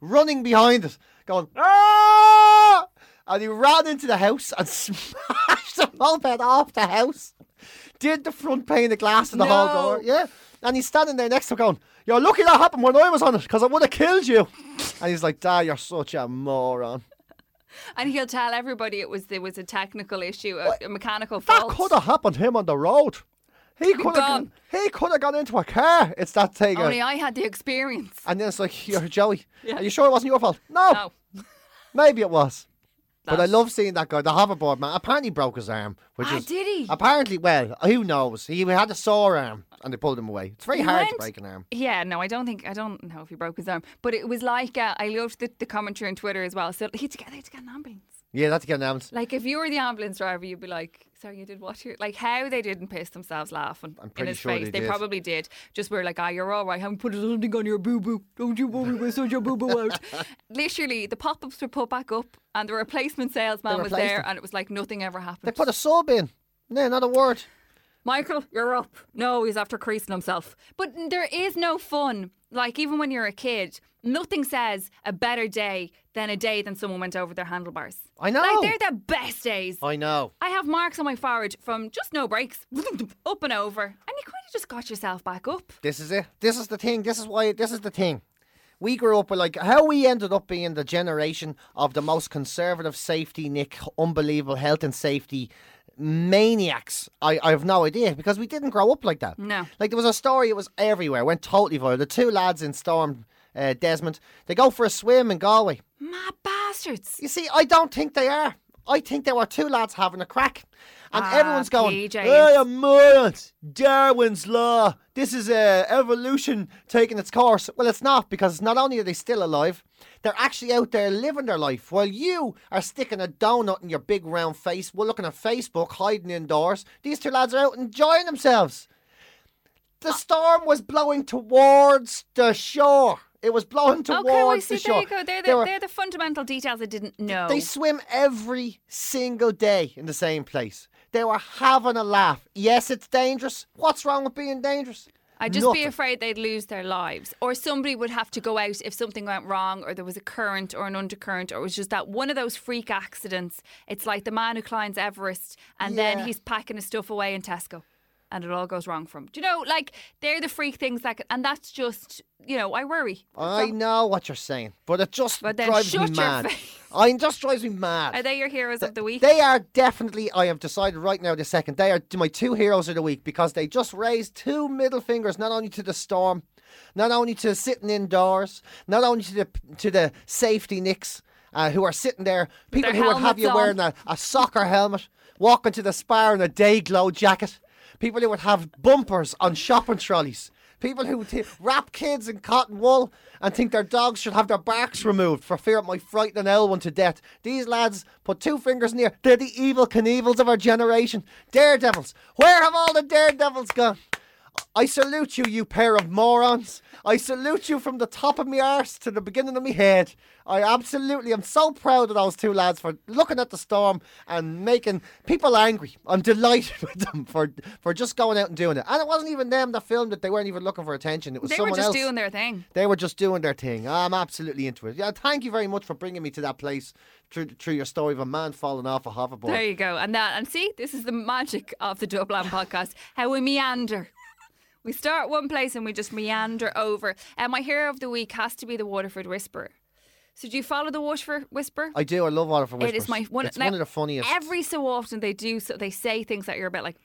Speaker 3: Running behind it. Going, ah! And he ran into the house and smashed the moped off the house. Did the front pane of glass in the whole
Speaker 4: No.
Speaker 3: door. Yeah. And he's standing there next to him going, You're lucky that happened when I was on it because I would have killed you. And he's like, Dad, you're such a moron.
Speaker 4: And he'll tell everybody it was there was a technical issue, a, a mechanical
Speaker 3: That
Speaker 4: fault.
Speaker 3: could have happened him on the road. He could have
Speaker 4: gone.
Speaker 3: he could have gone into a car. It's that thing. uh,
Speaker 4: Only I had the experience.
Speaker 3: and then it's like you're Joey.
Speaker 4: Yeah.
Speaker 3: Are you sure it wasn't your fault? No.
Speaker 4: No.
Speaker 3: Maybe it was. But I
Speaker 4: That's-
Speaker 3: love seeing that guy, the hoverboard man. Apparently broke his arm. Which
Speaker 4: Ah,
Speaker 3: is,
Speaker 4: did he?
Speaker 3: Apparently, well, who knows? He had a sore arm and they pulled him away. It's very
Speaker 4: He
Speaker 3: hard to
Speaker 4: went-
Speaker 3: break an arm.
Speaker 4: Yeah, no, I don't think I don't know if he broke his arm, but it was like uh, I loved the, the commentary on Twitter as well. So he had to get, they had to get an ambulance.
Speaker 3: Yeah, that's getting arms.
Speaker 4: Like if you were the ambulance driver, you'd be like, "Sorry, you did what? Here? Like how they didn't piss themselves laughing
Speaker 3: I'm
Speaker 4: in
Speaker 3: pretty
Speaker 4: his
Speaker 3: sure
Speaker 4: face?
Speaker 3: they did.
Speaker 4: probably did. Just were like, "Ah, you're all right. I'm putting something on your boo boo. Don't you worry, we'll sort your boo boo out." Literally, the pop ups were put back up, and the replacement salesman
Speaker 3: They
Speaker 4: was
Speaker 3: replaced
Speaker 4: there,
Speaker 3: them.
Speaker 4: and it was like nothing ever
Speaker 3: They
Speaker 4: happened.
Speaker 3: put a sub in. No, not a word.
Speaker 4: Michael, you're up. No, he's after creasing himself. But there is no fun. Like, even when you're a kid, nothing says a better day than a day than someone went over their handlebars.
Speaker 3: I know.
Speaker 4: Like, they're the best days.
Speaker 3: I know.
Speaker 4: I have marks on my forehead from just no breaks, up and over. And you kind of just got yourself back up.
Speaker 3: This is it. This is the thing. This is why. This is the thing. We grew up with like how we ended up being the generation of the most conservative safety, Nick, unbelievable health and safety maniacs. I, I have no idea because we didn't grow up like that.
Speaker 4: No.
Speaker 3: Like there was a story. It was everywhere. Went totally viral. The two lads in Storm. Uh, Desmond, they go for a swim in Galway.
Speaker 4: Mad bastards.
Speaker 3: You see, I don't think they are. I think there were two lads having a crack, and
Speaker 4: Ah,
Speaker 3: everyone's going,
Speaker 4: PJs.
Speaker 3: "Hey, a morons! Darwin's law. This is uh, evolution taking its course." Well, it's not because not only are they still alive, they're actually out there living their life, while you are sticking a donut in your big round face. We're looking at Facebook, hiding indoors. These two lads are out enjoying themselves. The
Speaker 4: Ah.
Speaker 3: storm was blowing towards the shore. It was blowing towards
Speaker 4: Okay, well, see,
Speaker 3: the
Speaker 4: there
Speaker 3: shore.
Speaker 4: you go. They're
Speaker 3: They
Speaker 4: the,
Speaker 3: were-
Speaker 4: they're the fundamental details I didn't know.
Speaker 3: they swim every single day in the same place. They were having a laugh. Yes, it's dangerous. What's wrong with being dangerous?
Speaker 4: I'd just
Speaker 3: Nothing.
Speaker 4: be afraid they'd lose their lives, or somebody would have to go out if something went wrong, or there was a current or an undercurrent, or it was just that one of those freak accidents. It's like the man who climbs Everest, and
Speaker 3: Yeah.
Speaker 4: then he's packing his stuff away in Tesco, and it all goes wrong for him. Do you know? Like they're the freak things that, c- and that's just you know, I worry.
Speaker 3: I know what you're saying, but it just
Speaker 4: But then
Speaker 3: drives me
Speaker 4: shut your
Speaker 3: mad.
Speaker 4: face.
Speaker 3: I it just drives me mad.
Speaker 4: Are they your heroes of the week?
Speaker 3: They are definitely. I have decided right now, this second, they are my two heroes of the week because they just raised two middle fingers, not only to the storm, not only to sitting indoors, not only to the to the safety nicks uh, who are sitting there, people
Speaker 4: their
Speaker 3: who would have
Speaker 4: helmets
Speaker 3: you
Speaker 4: on.
Speaker 3: wearing a, a soccer helmet, walking to the spa in a day glow jacket, people who would have bumpers on shopping trolleys. People who t- wrap kids in cotton wool and think their dogs should have their barks removed for fear it might frighten an Elwyn to death. These lads put two fingers in the air. They're the evil Knievels of our generation. Daredevils. Where have all the daredevils gone? I salute you, you pair of morons. I salute you from the top of me arse to the beginning of me head. I absolutely am so proud of those two lads for looking at the storm and making people angry. I'm delighted with them for, for just going out and doing it. And it wasn't even them that filmed it, they weren't even looking for attention. It was
Speaker 4: They were
Speaker 3: someone
Speaker 4: just
Speaker 3: else.
Speaker 4: doing their thing.
Speaker 3: They were just doing their thing. I'm absolutely into it. Yeah, thank you very much for bringing me to that place through, through your story of a man falling off a hoverboard.
Speaker 4: There you go. And that and see, this is the magic of the Dublin podcast. How we meander. We start one place and we just meander over. And my hero of the week has to be the Waterford Whisperer. So do you follow the Waterford Whisperer?
Speaker 3: I do. I love Waterford Whispers.
Speaker 4: It is my one.
Speaker 3: It's
Speaker 4: now,
Speaker 3: one of the funniest.
Speaker 4: Every so often they do. So they say things that you're a bit like,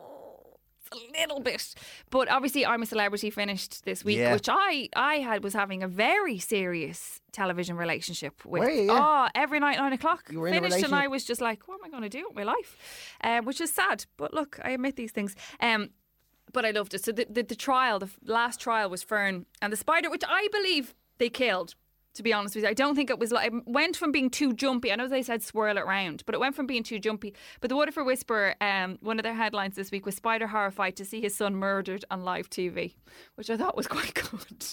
Speaker 4: oh, it's a little bit. But obviously, I'm a celebrity finished this week,
Speaker 3: Yeah.
Speaker 4: which I I had was having a very serious television relationship with.
Speaker 3: Were you, yeah?
Speaker 4: Oh, every night nine o'clock
Speaker 3: You were in a
Speaker 4: finished, and
Speaker 3: relationship?
Speaker 4: I was just like, what am I going to do with my life? Um, which is sad. But look, I admit these things. Um, but I loved it. So the, the, the trial, the f- last trial was Fern and the spider, which I believe they killed. To be honest with you, I don't think it was like it went from being too jumpy. I know they said swirl it round, but it went from being too jumpy. But the Waterford Whisperer, um, one of their headlines this week was Spider horrified to see his son murdered on live TV, which I thought was quite good.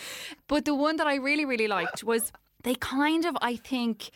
Speaker 4: But the one that I really, really liked was they kind of, I think,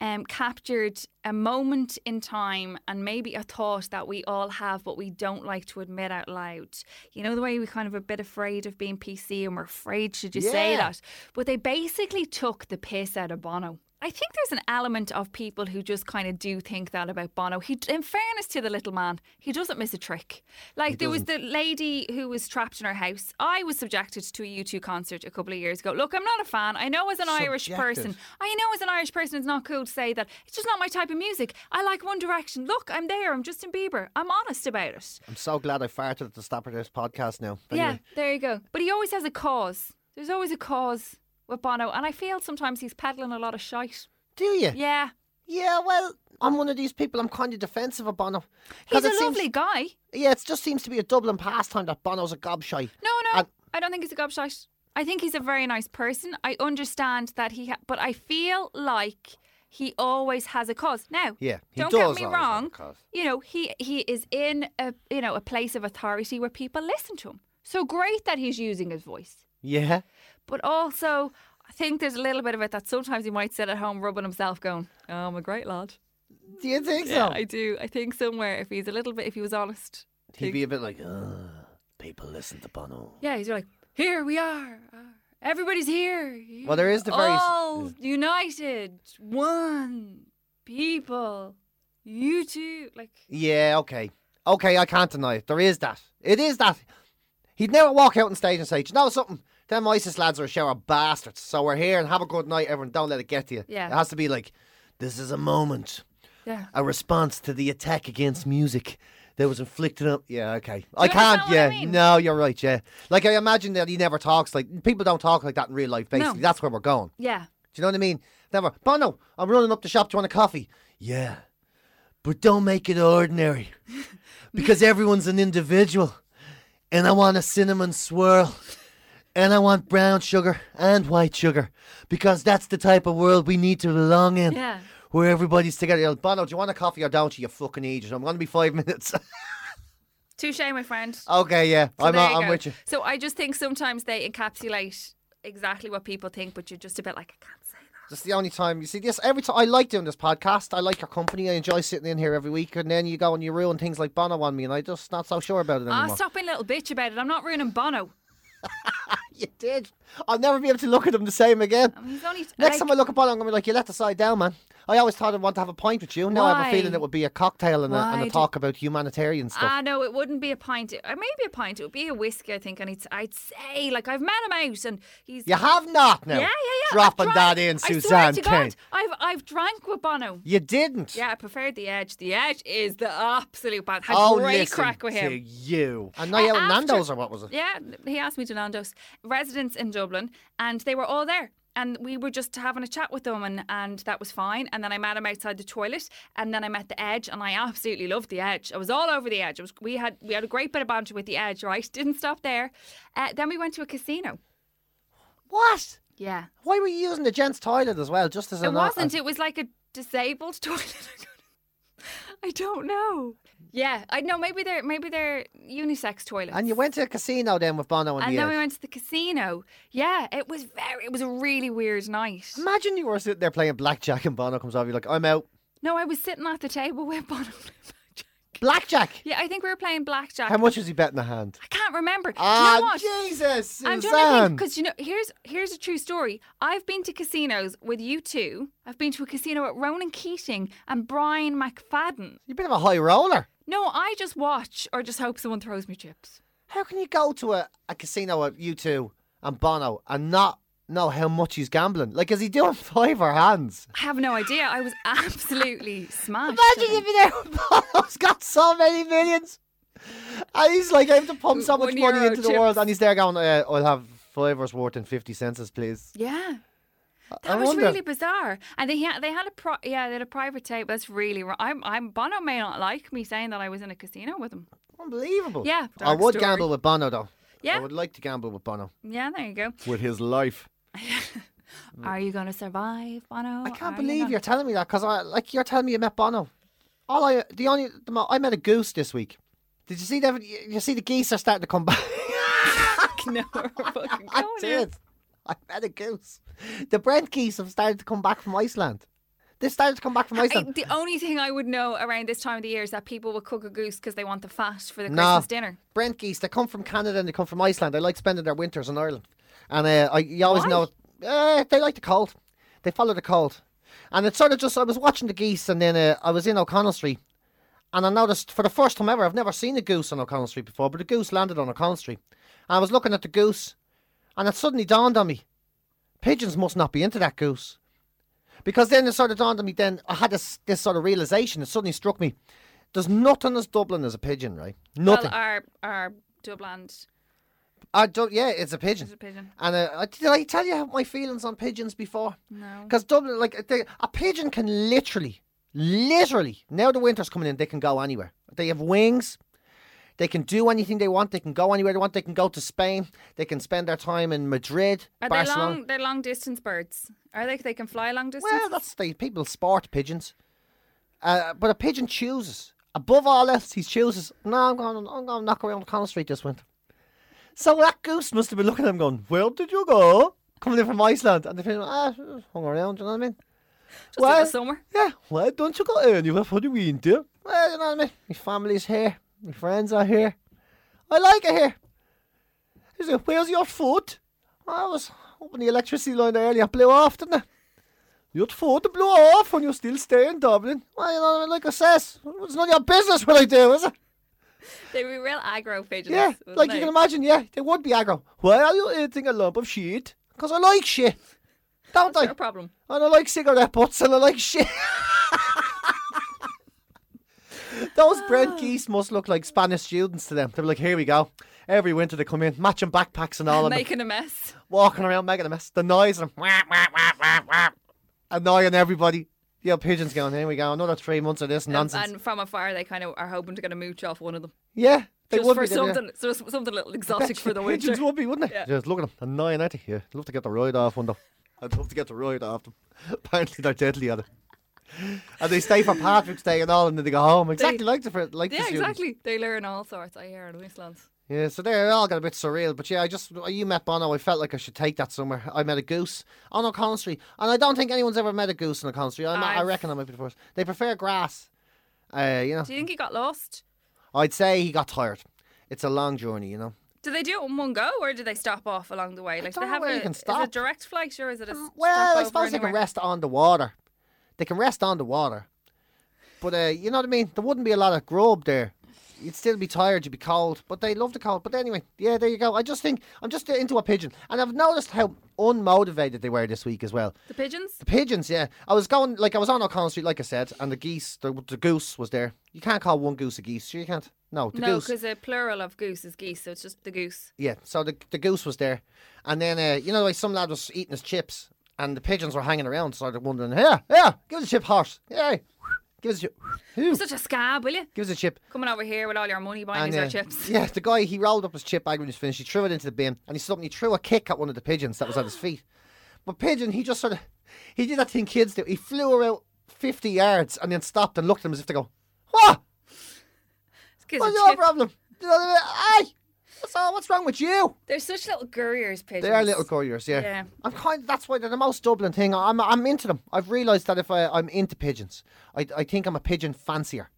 Speaker 4: um, captured a moment in time and maybe a thought that we all have, but we don't like to admit out loud. You know, the way we're kind of a bit afraid of being PC and we're afraid, should you say
Speaker 3: Yeah.
Speaker 4: that? But they basically took the piss out of Bono. I think there's an element of people who just kind of do think that about Bono. He, in fairness to the little man, he doesn't miss a trick. Like there was the lady who was trapped in her house. I was subjected to a U2 concert a couple of years ago. Look, I'm not a fan. I know as an Irish person,
Speaker 3: Subjected.
Speaker 4: I know as an Irish person, it's not cool to say that. It's just not my type of music. I like One Direction. Look, I'm there. I'm Justin Bieber. I'm honest about it.
Speaker 3: I'm so glad I farted at the stop of this podcast now.
Speaker 4: yeah,
Speaker 3: Anyway.
Speaker 4: there you go. But he always has a cause. There's always a cause with Bono, and I feel sometimes he's peddling a lot of shite.
Speaker 3: Do you?
Speaker 4: Yeah,
Speaker 3: Yeah, well, I'm one of these people. I'm kind of defensive of Bono. 'Cause
Speaker 4: he's a
Speaker 3: it seems-
Speaker 4: lovely guy.
Speaker 3: Yeah, it just seems to be a Dublin pastime that Bono's a gobshite.
Speaker 4: No, no,
Speaker 3: And-
Speaker 4: I don't think he's a gobshite. I think he's a very nice person. I understand that he, ha- but I feel like he always has a cause. Now,
Speaker 3: Yeah, he
Speaker 4: don't
Speaker 3: does
Speaker 4: get me
Speaker 3: always have a
Speaker 4: wrong.
Speaker 3: cause.
Speaker 4: You know, he he is in a you know a place of authority where people listen to him. So great that he's using his voice,
Speaker 3: Yeah.
Speaker 4: but also. I think there's a little bit of it that sometimes he might sit at home rubbing himself, going, "Oh, I'm a great lad."
Speaker 3: Do you think so?
Speaker 4: I do. I think somewhere, if he's a little bit, if he was honest,
Speaker 3: He'd be a bit like, Ugh, people listen to Bono.
Speaker 4: Yeah, he's like, here we are. uh, Everybody's here.
Speaker 3: Well, there is the very s-
Speaker 4: all united, one people. You two, like
Speaker 3: Yeah, okay. Okay, I can't deny it. There is that. It is that. He'd never walk out on stage and say, "Do you know something? Them ISIS lads are a shower of bastards. So we're here and have a good night, everyone. Don't let it get to you.
Speaker 4: Yeah.
Speaker 3: It has to be like, this is a moment.
Speaker 4: yeah.
Speaker 3: a response to the attack against music that was inflicted on. Yeah, okay. I
Speaker 4: you understand
Speaker 3: can't.
Speaker 4: what I
Speaker 3: Yeah,
Speaker 4: mean?
Speaker 3: no, you're right. Yeah, like I imagine that he never talks like people don't talk like that in real life. Basically,
Speaker 4: No.
Speaker 3: that's where we're going.
Speaker 4: Yeah.
Speaker 3: Do you know what I mean? Never. Bono, I'm running up the shop. Do you want a coffee? Yeah, but don't make it ordinary, because everyone's an individual, and I want a cinnamon swirl. And I want brown sugar and white sugar because that's the type of world we need to belong in
Speaker 4: Yeah.
Speaker 3: where everybody's together. You're like, Bono, do you want a coffee or don't you? You fucking idiot. I'm going to be five minutes.
Speaker 4: Touche, my friend. So
Speaker 3: okay, yeah. Uh, I'm,
Speaker 4: there
Speaker 3: out,
Speaker 4: you
Speaker 3: I'm
Speaker 4: go.
Speaker 3: with you.
Speaker 4: So I just think sometimes they encapsulate exactly what people think, but you're just a bit like, I can't say that.
Speaker 3: That's the only time you see this. Every time I like doing this podcast, I like your company. I enjoy sitting in here every week. And then you go and you ruin things like Bono on me, and i just not so sure about it
Speaker 4: Ah,
Speaker 3: anymore.
Speaker 4: stop being a little bitch about it. I'm not ruining Bono.
Speaker 3: you did. I'll never be able to look at him the same again.
Speaker 4: I mean, he's only
Speaker 3: Next
Speaker 4: like,
Speaker 3: time I look at Bono, I'm going to be like, you let the side down, man. I always thought I'd want to have a pint with you. Now I have a
Speaker 4: Why?
Speaker 3: feeling it would be a cocktail and a,
Speaker 4: Why
Speaker 3: and a
Speaker 4: do-
Speaker 3: talk about humanitarian stuff.
Speaker 4: Ah, no, it wouldn't be a pint. It, uh, maybe a pint. It would be a whiskey, I think. And it's, I'd say, like, I've met him out, and he's
Speaker 3: you have not now.
Speaker 4: Yeah, yeah, yeah.
Speaker 3: Dropping
Speaker 4: I've
Speaker 3: that in,
Speaker 4: drank-
Speaker 3: Suzanne
Speaker 4: I swear to
Speaker 3: Payne.
Speaker 4: God, I've I've drank with Bono.
Speaker 3: You didn't.
Speaker 4: Yeah, I preferred the edge. The edge is the absolute bad. Had
Speaker 3: Oh,
Speaker 4: great
Speaker 3: listen
Speaker 4: crack with
Speaker 3: to
Speaker 4: him.
Speaker 3: you. And now
Speaker 4: Uh,
Speaker 3: you're at
Speaker 4: after-
Speaker 3: Nando's or what was it?
Speaker 4: Yeah, he asked me to Nando's. Residents in Dublin, and they were all there. and we were just having a chat with them, and, and that was fine. And then I met him outside the toilet, and then I met the Edge, and I absolutely loved the Edge. I was all over the Edge. It was, we had we had a great bit of banter with the Edge, right? Didn't stop there. Uh, then we went to a casino.
Speaker 3: What?
Speaker 4: Yeah,
Speaker 3: Why were you using the gents' toilet as well? Just as
Speaker 4: it
Speaker 3: an op-
Speaker 4: wasn't. It was like a disabled toilet. I don't know. Yeah, I know. Maybe they're maybe they're unisex toilets.
Speaker 3: And you went to a casino then with Bono and,
Speaker 4: And
Speaker 3: the
Speaker 4: then we
Speaker 3: Edge.
Speaker 4: went to the casino. Yeah, it was very. It was a really weird night.
Speaker 3: Imagine you were sitting there playing blackjack and Bono comes over. You're like, I'm out.
Speaker 4: No, I was sitting at the table with Bono.
Speaker 3: Blackjack.
Speaker 4: yeah, I think we were playing blackjack.
Speaker 3: How much was he betting a hand?
Speaker 4: I can't remember. Do
Speaker 3: Ah,
Speaker 4: you know what?
Speaker 3: Jesus,
Speaker 4: I'm trying to
Speaker 3: Suzanne.
Speaker 4: think because you know here's here's a true story. I've been to casinos with you two. I've been to a casino at Ronan Keating and Brian McFadden.
Speaker 3: You're a bit of a high roller.
Speaker 4: No, I just watch or just hope someone throws me chips.
Speaker 3: How can you go to a, a casino with you two and Bono and not know how much he's gambling? Like, is he doing five or hands?
Speaker 4: I have no idea. I was absolutely smashed. I
Speaker 3: Imagine if
Speaker 4: think.
Speaker 3: you know Bono's got so many millions. And he's like, I have to pump so much
Speaker 4: One
Speaker 3: money
Speaker 4: euro
Speaker 3: into the
Speaker 4: chips.
Speaker 3: world. And he's there going, uh, I'll have fivers worth and 50 cents, please.
Speaker 4: Yeah.
Speaker 3: I
Speaker 4: That was
Speaker 3: wonder-
Speaker 4: really bizarre. And they had they had a pro- yeah they had a private tape. That's really wrong. I'm I'm Bono may not like me saying that I was in a casino with him.
Speaker 3: Unbelievable.
Speaker 4: Yeah,
Speaker 3: I
Speaker 4: dark
Speaker 3: would
Speaker 4: story.
Speaker 3: gamble with Bono, though. I
Speaker 4: Yeah.
Speaker 3: would like to gamble with Bono.
Speaker 4: Yeah, there you go.
Speaker 3: With his life.
Speaker 4: Are you gonna survive, Bono?
Speaker 3: Mm. I can't
Speaker 4: Are
Speaker 3: believe
Speaker 4: gonna-
Speaker 3: you're telling me that because I like you're telling me you met Bono. All I the only the, mo- I met a goose this week. Did you see that? You you see the geese are starting to come back.
Speaker 4: No, we're fucking
Speaker 3: I
Speaker 4: going here.
Speaker 3: did. I met a goose. The Brent geese have started to come back from Iceland. They started to come back from
Speaker 4: I,
Speaker 3: Iceland.
Speaker 4: the only thing I would know around this time of the year is that people will cook a goose because they want the fat for the
Speaker 3: No.
Speaker 4: Christmas dinner.
Speaker 3: Brent geese. They come from Canada and they come from Iceland. They like spending their winters in Ireland. And uh, I, you always
Speaker 4: Why?
Speaker 3: know uh, they like the cold. They follow the cold. And it's sort of just I was watching the geese, and then uh, I was in O'Connell Street, and I noticed for the first time ever I've never seen a goose on O'Connell Street before, but the goose landed on O'Connell Street. And I was looking at the goose, and it suddenly dawned on me: pigeons must not be into that goose. Because then it sort of dawned on me. Then I had this this sort of realization. It suddenly struck me: there's nothing as Dublin as a pigeon, right? Nothing.
Speaker 4: Well, our our Dublin
Speaker 3: I don't. Yeah, it's a pigeon.
Speaker 4: is a pigeon.
Speaker 3: And uh, I- did I tell you my feelings on pigeons before?
Speaker 4: No.
Speaker 3: Because Dublin, like they, a pigeon, can literally, literally now the winter's coming in, they can go anywhere. They have wings. They can do anything they want. They can go anywhere they want. They can go to Spain. They can spend their time in Madrid,
Speaker 4: Are they
Speaker 3: Barcelona.
Speaker 4: long? They're long distance birds. Are they? They can fly long distance.
Speaker 3: Well, that's the people sport pigeons. Uh, but a pigeon chooses. Above all else, he chooses. No, I'm going. I'm going to knock around Connell Street this winter. So that goose must have been looking at him, going, "Where did you go?" Coming in from Iceland, and the pigeon ah, hung around. Do you know what I mean?
Speaker 4: Just in the summer.
Speaker 3: Yeah. Why don't you go anywhere for the winter? Well, you know what I mean. My family's here. My friends are here. I like it here. He's like, "Where's your foot?" I was up in the electricity line earlier. Blew off, didn't I? Your phone to blow off when you still stay in Dublin. Well, you know, what I mean, like I says, it's none of your business what I do, is it?
Speaker 4: They were real aggro pigeons.
Speaker 3: Yeah,
Speaker 4: wasn't
Speaker 3: like
Speaker 4: they?
Speaker 3: you can imagine, yeah, they would be aggro. Why are you eating a lump of shit? Because I like shit. Don't I?
Speaker 4: No problem.
Speaker 3: And I like cigarette butts and I like shit. Those
Speaker 4: Ah.
Speaker 3: Brent geese must look like Spanish students to them. They're like, here we go. Every winter they come in, matching backpacks and all, and
Speaker 4: Making a mess.
Speaker 3: walking around making a mess. The noise and wah, wah, wah, wah, wah, annoying everybody. Yeah, pigeons going, here we go, another three months of this nonsense.
Speaker 4: And from afar, they kind of are hoping to get a mooch off one of them.
Speaker 3: yeah, they
Speaker 4: just
Speaker 3: would
Speaker 4: for
Speaker 3: be doing that.
Speaker 4: something, so something a little
Speaker 3: Bet
Speaker 4: exotic
Speaker 3: you
Speaker 4: for the winter.
Speaker 3: Pigeons would be, wouldn't they?
Speaker 4: Yeah.
Speaker 3: Just look at them, annoying at you. Yeah, I'd love to get the ride off one though. I'd love to get the ride off them. Apparently they're deadly at it. And they stay for Patrick's Day and all, and then they go home. Exactly like the fr- like the
Speaker 4: Yeah,
Speaker 3: students.
Speaker 4: exactly. They learn all sorts. I hear in Iceland.
Speaker 3: Yeah, so they all got a bit surreal, but yeah, I just you met Bono. I felt like I should take that somewhere. I met a goose on O'Connell Street, and I don't think anyone's ever met a goose on O'Connell Street. I, might- I
Speaker 4: I've-
Speaker 3: reckon I might be the first. They prefer grass. Uh, you know,
Speaker 4: Do you think he got lost?
Speaker 3: I'd say he got tired. It's a long journey, you know.
Speaker 4: Do they do it in one go, or do they stop off along the way? Like
Speaker 3: don't
Speaker 4: they
Speaker 3: know
Speaker 4: have
Speaker 3: where
Speaker 4: a,
Speaker 3: you can
Speaker 4: Is
Speaker 3: stop. Mm,
Speaker 4: it a direct flight, or is it a s-
Speaker 3: Well, I
Speaker 4: stopover
Speaker 3: suppose they can
Speaker 4: anywhere?
Speaker 3: rest on the water. They can rest on the water, but uh, you know what I mean. There wouldn't be a lot of grub there. You'd still be tired. You'd be cold. But they love the cold. But anyway, yeah, there you go. I just think I'm just uh, into a pigeon, and I've noticed how unmotivated they were this week as well.
Speaker 4: The pigeons.
Speaker 3: The pigeons, yeah. I was going like I was on O'Connell Street, like I said, and the geese, the, the goose was there. You can't call one goose a geese, sure you can't. No, the
Speaker 4: no,
Speaker 3: goose.
Speaker 4: because a plural of goose is geese, so it's just the goose.
Speaker 3: Yeah, so the the goose was there, and then uh, you know, like some lad was eating his chips, and the pigeons were hanging around, started wondering, yeah, yeah, give us a chip, horse. Yeah, give us a chip. Whew,
Speaker 4: Such a scab, will you?
Speaker 3: Give us a chip.
Speaker 4: Coming over here with all your money buying
Speaker 3: And,
Speaker 4: these
Speaker 3: uh,
Speaker 4: our chips.
Speaker 3: Yeah, the guy, he rolled up his chip bag when he was finished. He threw it into the bin and he suddenly threw a kick at one of the pigeons that was at his feet. But Pigeon, he just sort of, he did that thing kids do. He flew around 50 yards and then stopped and looked at him as if to go, what?
Speaker 4: Gives
Speaker 3: What's
Speaker 4: a
Speaker 3: your
Speaker 4: chip.
Speaker 3: problem? You know what I mean? Hey, what's, all, what's wrong with you?
Speaker 4: They're such little gurriers, pigeons.
Speaker 3: They are little couriers, yeah.
Speaker 4: Yeah.
Speaker 3: I'm kind. That's why they're the most Dublin thing. I'm I'm into them. I've realised that if I, I'm into pigeons, I I think I'm a pigeon fancier.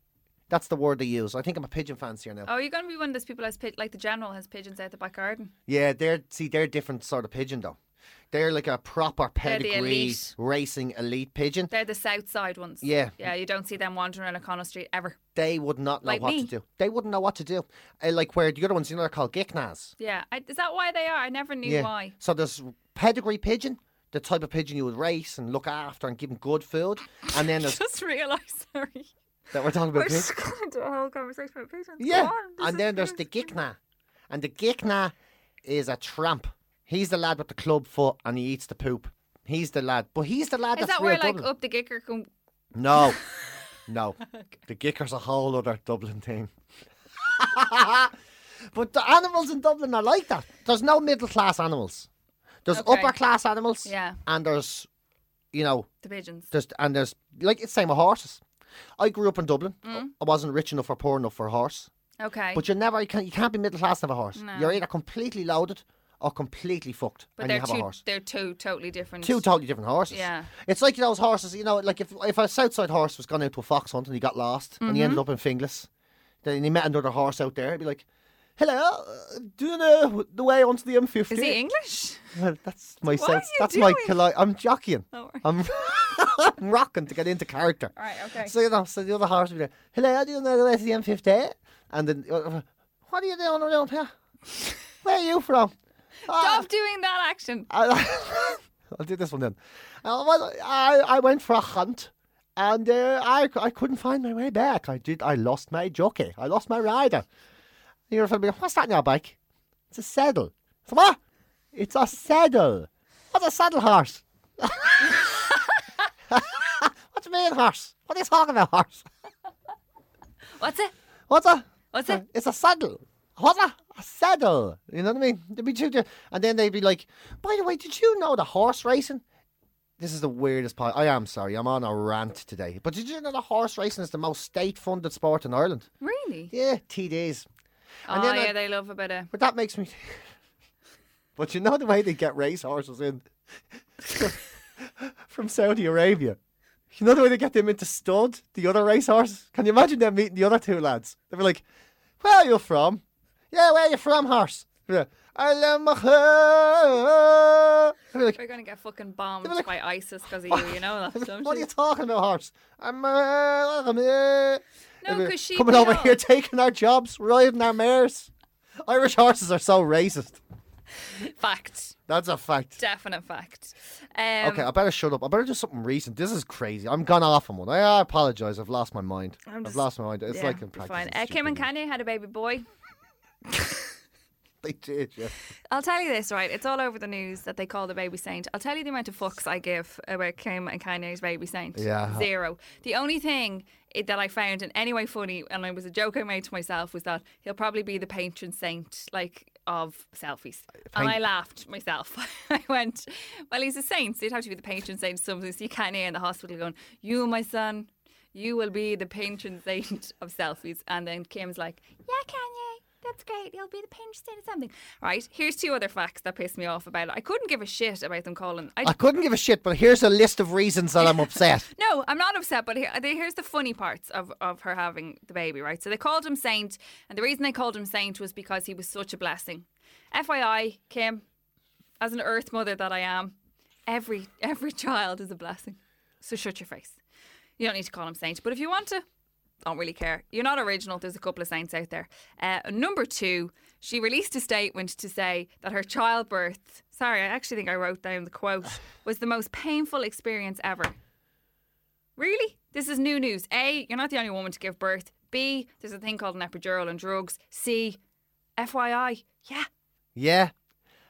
Speaker 3: That's the word they use. I think I'm a pigeon fancier now.
Speaker 4: Oh, you're going to be one of those people, has pi- like the general has pigeons out the back garden.
Speaker 3: Yeah, they're see they're different sort of pigeon though. They're like a proper
Speaker 4: They're the
Speaker 3: pedigree
Speaker 4: elite.
Speaker 3: racing elite pigeon.
Speaker 4: They're the south side ones.
Speaker 3: Yeah.
Speaker 4: Yeah, you don't see them wandering around O'Connell Street ever.
Speaker 3: They would not know
Speaker 4: Like
Speaker 3: what
Speaker 4: me.
Speaker 3: to do. They wouldn't know what to do. Uh, like where the other ones, you know, they're called gicknas.
Speaker 4: Yeah. I, is that why they are? I never knew why.
Speaker 3: So there's pedigree pigeon, the type of pigeon you would race and look after and give them good food, and then there's
Speaker 4: Just realised, sorry.
Speaker 3: that we're talking
Speaker 4: We're
Speaker 3: about. pigeons.
Speaker 4: just going to do a whole conversation about pigeons. Go
Speaker 3: Yeah.
Speaker 4: on, this
Speaker 3: and
Speaker 4: is
Speaker 3: then there's the
Speaker 4: good.
Speaker 3: Gickna. And the Gickna is a tramp. He's the lad with the club foot and he eats the poop. He's the lad. But he's the lad
Speaker 4: Is
Speaker 3: that's
Speaker 4: that
Speaker 3: real
Speaker 4: where, like,
Speaker 3: Dublin.
Speaker 4: up the gicker can.
Speaker 3: No. No. The Gicker's a whole other Dublin thing. but the animals in Dublin are like that. There's no middle class animals. There's
Speaker 4: Okay.
Speaker 3: upper class animals.
Speaker 4: Yeah.
Speaker 3: And there's you know,
Speaker 4: The pigeons.
Speaker 3: there's and there's like it's same with horses. I grew up in Dublin.
Speaker 4: Mm.
Speaker 3: I wasn't rich enough or poor enough for a horse.
Speaker 4: Okay.
Speaker 3: But you're never you can't, you can't be middle class and have a horse.
Speaker 4: No.
Speaker 3: You're either completely loaded or completely fucked
Speaker 4: But
Speaker 3: and you
Speaker 4: they're
Speaker 3: have
Speaker 4: two,
Speaker 3: a horse.
Speaker 4: they're two totally different.
Speaker 3: Two totally different horses.
Speaker 4: Yeah.
Speaker 3: It's like those horses, you know, like if if a Southside horse was gone out to a fox hunt and he got lost and he ended
Speaker 4: Mm-hmm.
Speaker 3: up in Finglas, then he met another horse out there, he'd be like, Hello, uh, do you know the way onto the M50?
Speaker 4: Is he English?
Speaker 3: Well, that's my
Speaker 4: What are
Speaker 3: sense.
Speaker 4: you
Speaker 3: That's my
Speaker 4: doing?
Speaker 3: colli- I'm jockeying.
Speaker 4: Oh, right.
Speaker 3: I'm, I'm rocking to get into character.
Speaker 4: All right, okay.
Speaker 3: So you know, so the other horse would be like, "Hello, do you know the way to the M50?" And then, uh, "What are you doing around here? Where are you from?" Ah.
Speaker 4: Stop doing that action.
Speaker 3: I, will do this one then. Uh, well, I I went for a hunt, and uh, I c- I couldn't find my way back. I did. I lost my jockey. I lost my rider. You're be like, "What's that in your bike?" It's a saddle. So what? It's a saddle. What's a saddle horse? What's a mean horse? What are you talking about horse?
Speaker 4: What's it?
Speaker 3: What's a
Speaker 4: What's it?
Speaker 3: it's a saddle. What's a, a saddle? You know what I mean? There'd be two, di- and then they'd be like, "By the way, did you know the horse racing?" This is the weirdest part. I am sorry, I'm on a rant today. But did you know the horse racing is the most state-funded sport in Ireland?
Speaker 4: Really?
Speaker 3: Yeah, TDs.
Speaker 4: Oh,
Speaker 3: And then I-
Speaker 4: yeah, they love a bit of.
Speaker 3: But that makes me. but you know the way they get race horses in from Saudi Arabia. You know the way they get them into stud, the other race horse? Can you imagine them meeting the other two lads? They were like, Where are you from? Yeah, where are you from, horse? Yeah. "Ireland, my ho-" They'd be like,
Speaker 4: We're going to get fucking bombed
Speaker 3: like-
Speaker 4: by ISIS because of you, you know that, don't
Speaker 3: What are
Speaker 4: you?
Speaker 3: you talking about, horse? I'm uh, I'm, uh,
Speaker 4: No,
Speaker 3: uh,
Speaker 4: 'cause she-
Speaker 3: coming
Speaker 4: you
Speaker 3: over
Speaker 4: know-
Speaker 3: here taking our jobs, riding our mares. Irish horses are so racist.
Speaker 4: fact.
Speaker 3: That's a fact.
Speaker 4: Definite fact. Um,
Speaker 3: okay, I better shut up. I better do something recent. This is crazy. I'm gone off on one. I apologize. I've lost my mind. i have
Speaker 4: just-
Speaker 3: lost my mind. It's
Speaker 4: yeah,
Speaker 3: like in
Speaker 4: you're
Speaker 3: practice.
Speaker 4: fine. Uh, Kim and Kanye had a baby boy.
Speaker 3: They did, yeah.
Speaker 4: I'll tell you this, right? It's all over the news that they call the baby saint. I'll tell you the amount of fucks I give about Kim and Kanye's baby saint.
Speaker 3: Yeah.
Speaker 4: Zero. The only thing i- that I found in any way funny, and it was a joke I made to myself, was that he'll probably be the patron saint, like, of selfies. and I laughed myself. I went, well, he's a saint, so he'd have to be the patron saint of something. So you can't hear in the hospital going, you, my son, you will be the patron saint of selfies. And then Kim's like, yeah, Kanye. That's great. He'll be the patron saint of something. Right. Here's two other facts that pissed me off about it. I couldn't give a shit about them calling. I
Speaker 3: I couldn't give a shit, but here's a list of reasons that I'm upset.
Speaker 4: no, I'm not upset, but here, they- here's the funny parts of, of her having the baby, right? So they called him Saint, and the reason they called him Saint was because he was such a blessing. FYI, Kim, as an earth mother that I am, every every child is a blessing. So shut your face. You don't need to call him Saint, but if you want to, don't really care. You're not original. There's a couple of saints out there. Uh, number two, she released a statement to say that her childbirth. Sorry, I actually think I wrote down the quote. Was the most painful experience ever. Really? This is new news. A, you're not the only woman to give birth. B, there's a thing called an epidural and drugs. C, FYI, yeah,
Speaker 3: Yeah.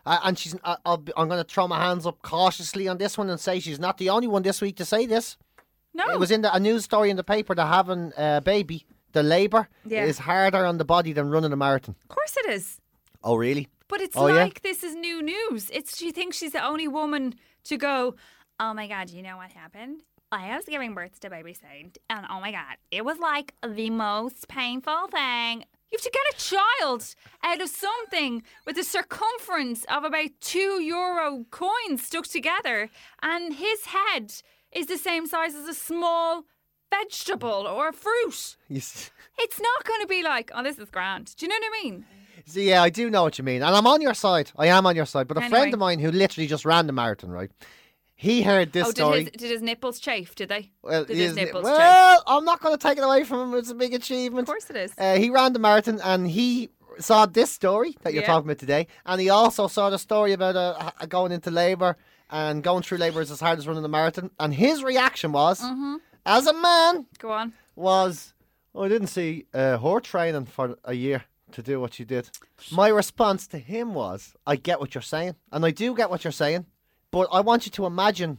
Speaker 3: Uh, and she's, I I'll be, I'm going to throw my hands up cautiously on this one and say she's not the only one this week to say this.
Speaker 4: No.
Speaker 3: It was in the, a news story in the paper that having a baby, the labour,
Speaker 4: Yeah.
Speaker 3: is harder on the body than running a marathon.
Speaker 4: of course it is.
Speaker 3: Oh, really?
Speaker 4: But it's
Speaker 3: Oh, yeah?
Speaker 4: like this is new news. It's she thinks she's the only woman to go, Oh my god, you know what happened? I was giving birth to baby Saint and oh my god, it was like the most painful thing. You have to get a child out of something with a circumference of about two euro coins stuck together, and his head is the same size as a small vegetable or a fruit.
Speaker 3: You s-
Speaker 4: It's not going to be like, oh, this is grand. Do you know what I mean?
Speaker 3: See, yeah, I do know what you mean. And I'm on your side. I am on your side. But a friend
Speaker 4: Anyway.
Speaker 3: of mine who literally just ran the marathon, right? He heard this
Speaker 4: oh,
Speaker 3: story.
Speaker 4: Did his, did his nipples chafe? Did they?
Speaker 3: Well,
Speaker 4: did
Speaker 3: he
Speaker 4: his
Speaker 3: isn't it-
Speaker 4: nipples chafe?
Speaker 3: well, I'm not going to take it away from him. It's a big achievement.
Speaker 4: Of course it is.
Speaker 3: Uh, he ran the marathon and he saw this story that you're
Speaker 4: Yeah.
Speaker 3: talking about today, and he also saw the story about uh, h- going into labour and going through labour is as hard as running a marathon. And his reaction was,
Speaker 4: Mm-hmm.
Speaker 3: as a man,
Speaker 4: Go on.
Speaker 3: was "Oh, I didn't see uh, her training for a year to do what she did. My response to him was, I get what you're saying, and I do get what you're saying, but I want you to imagine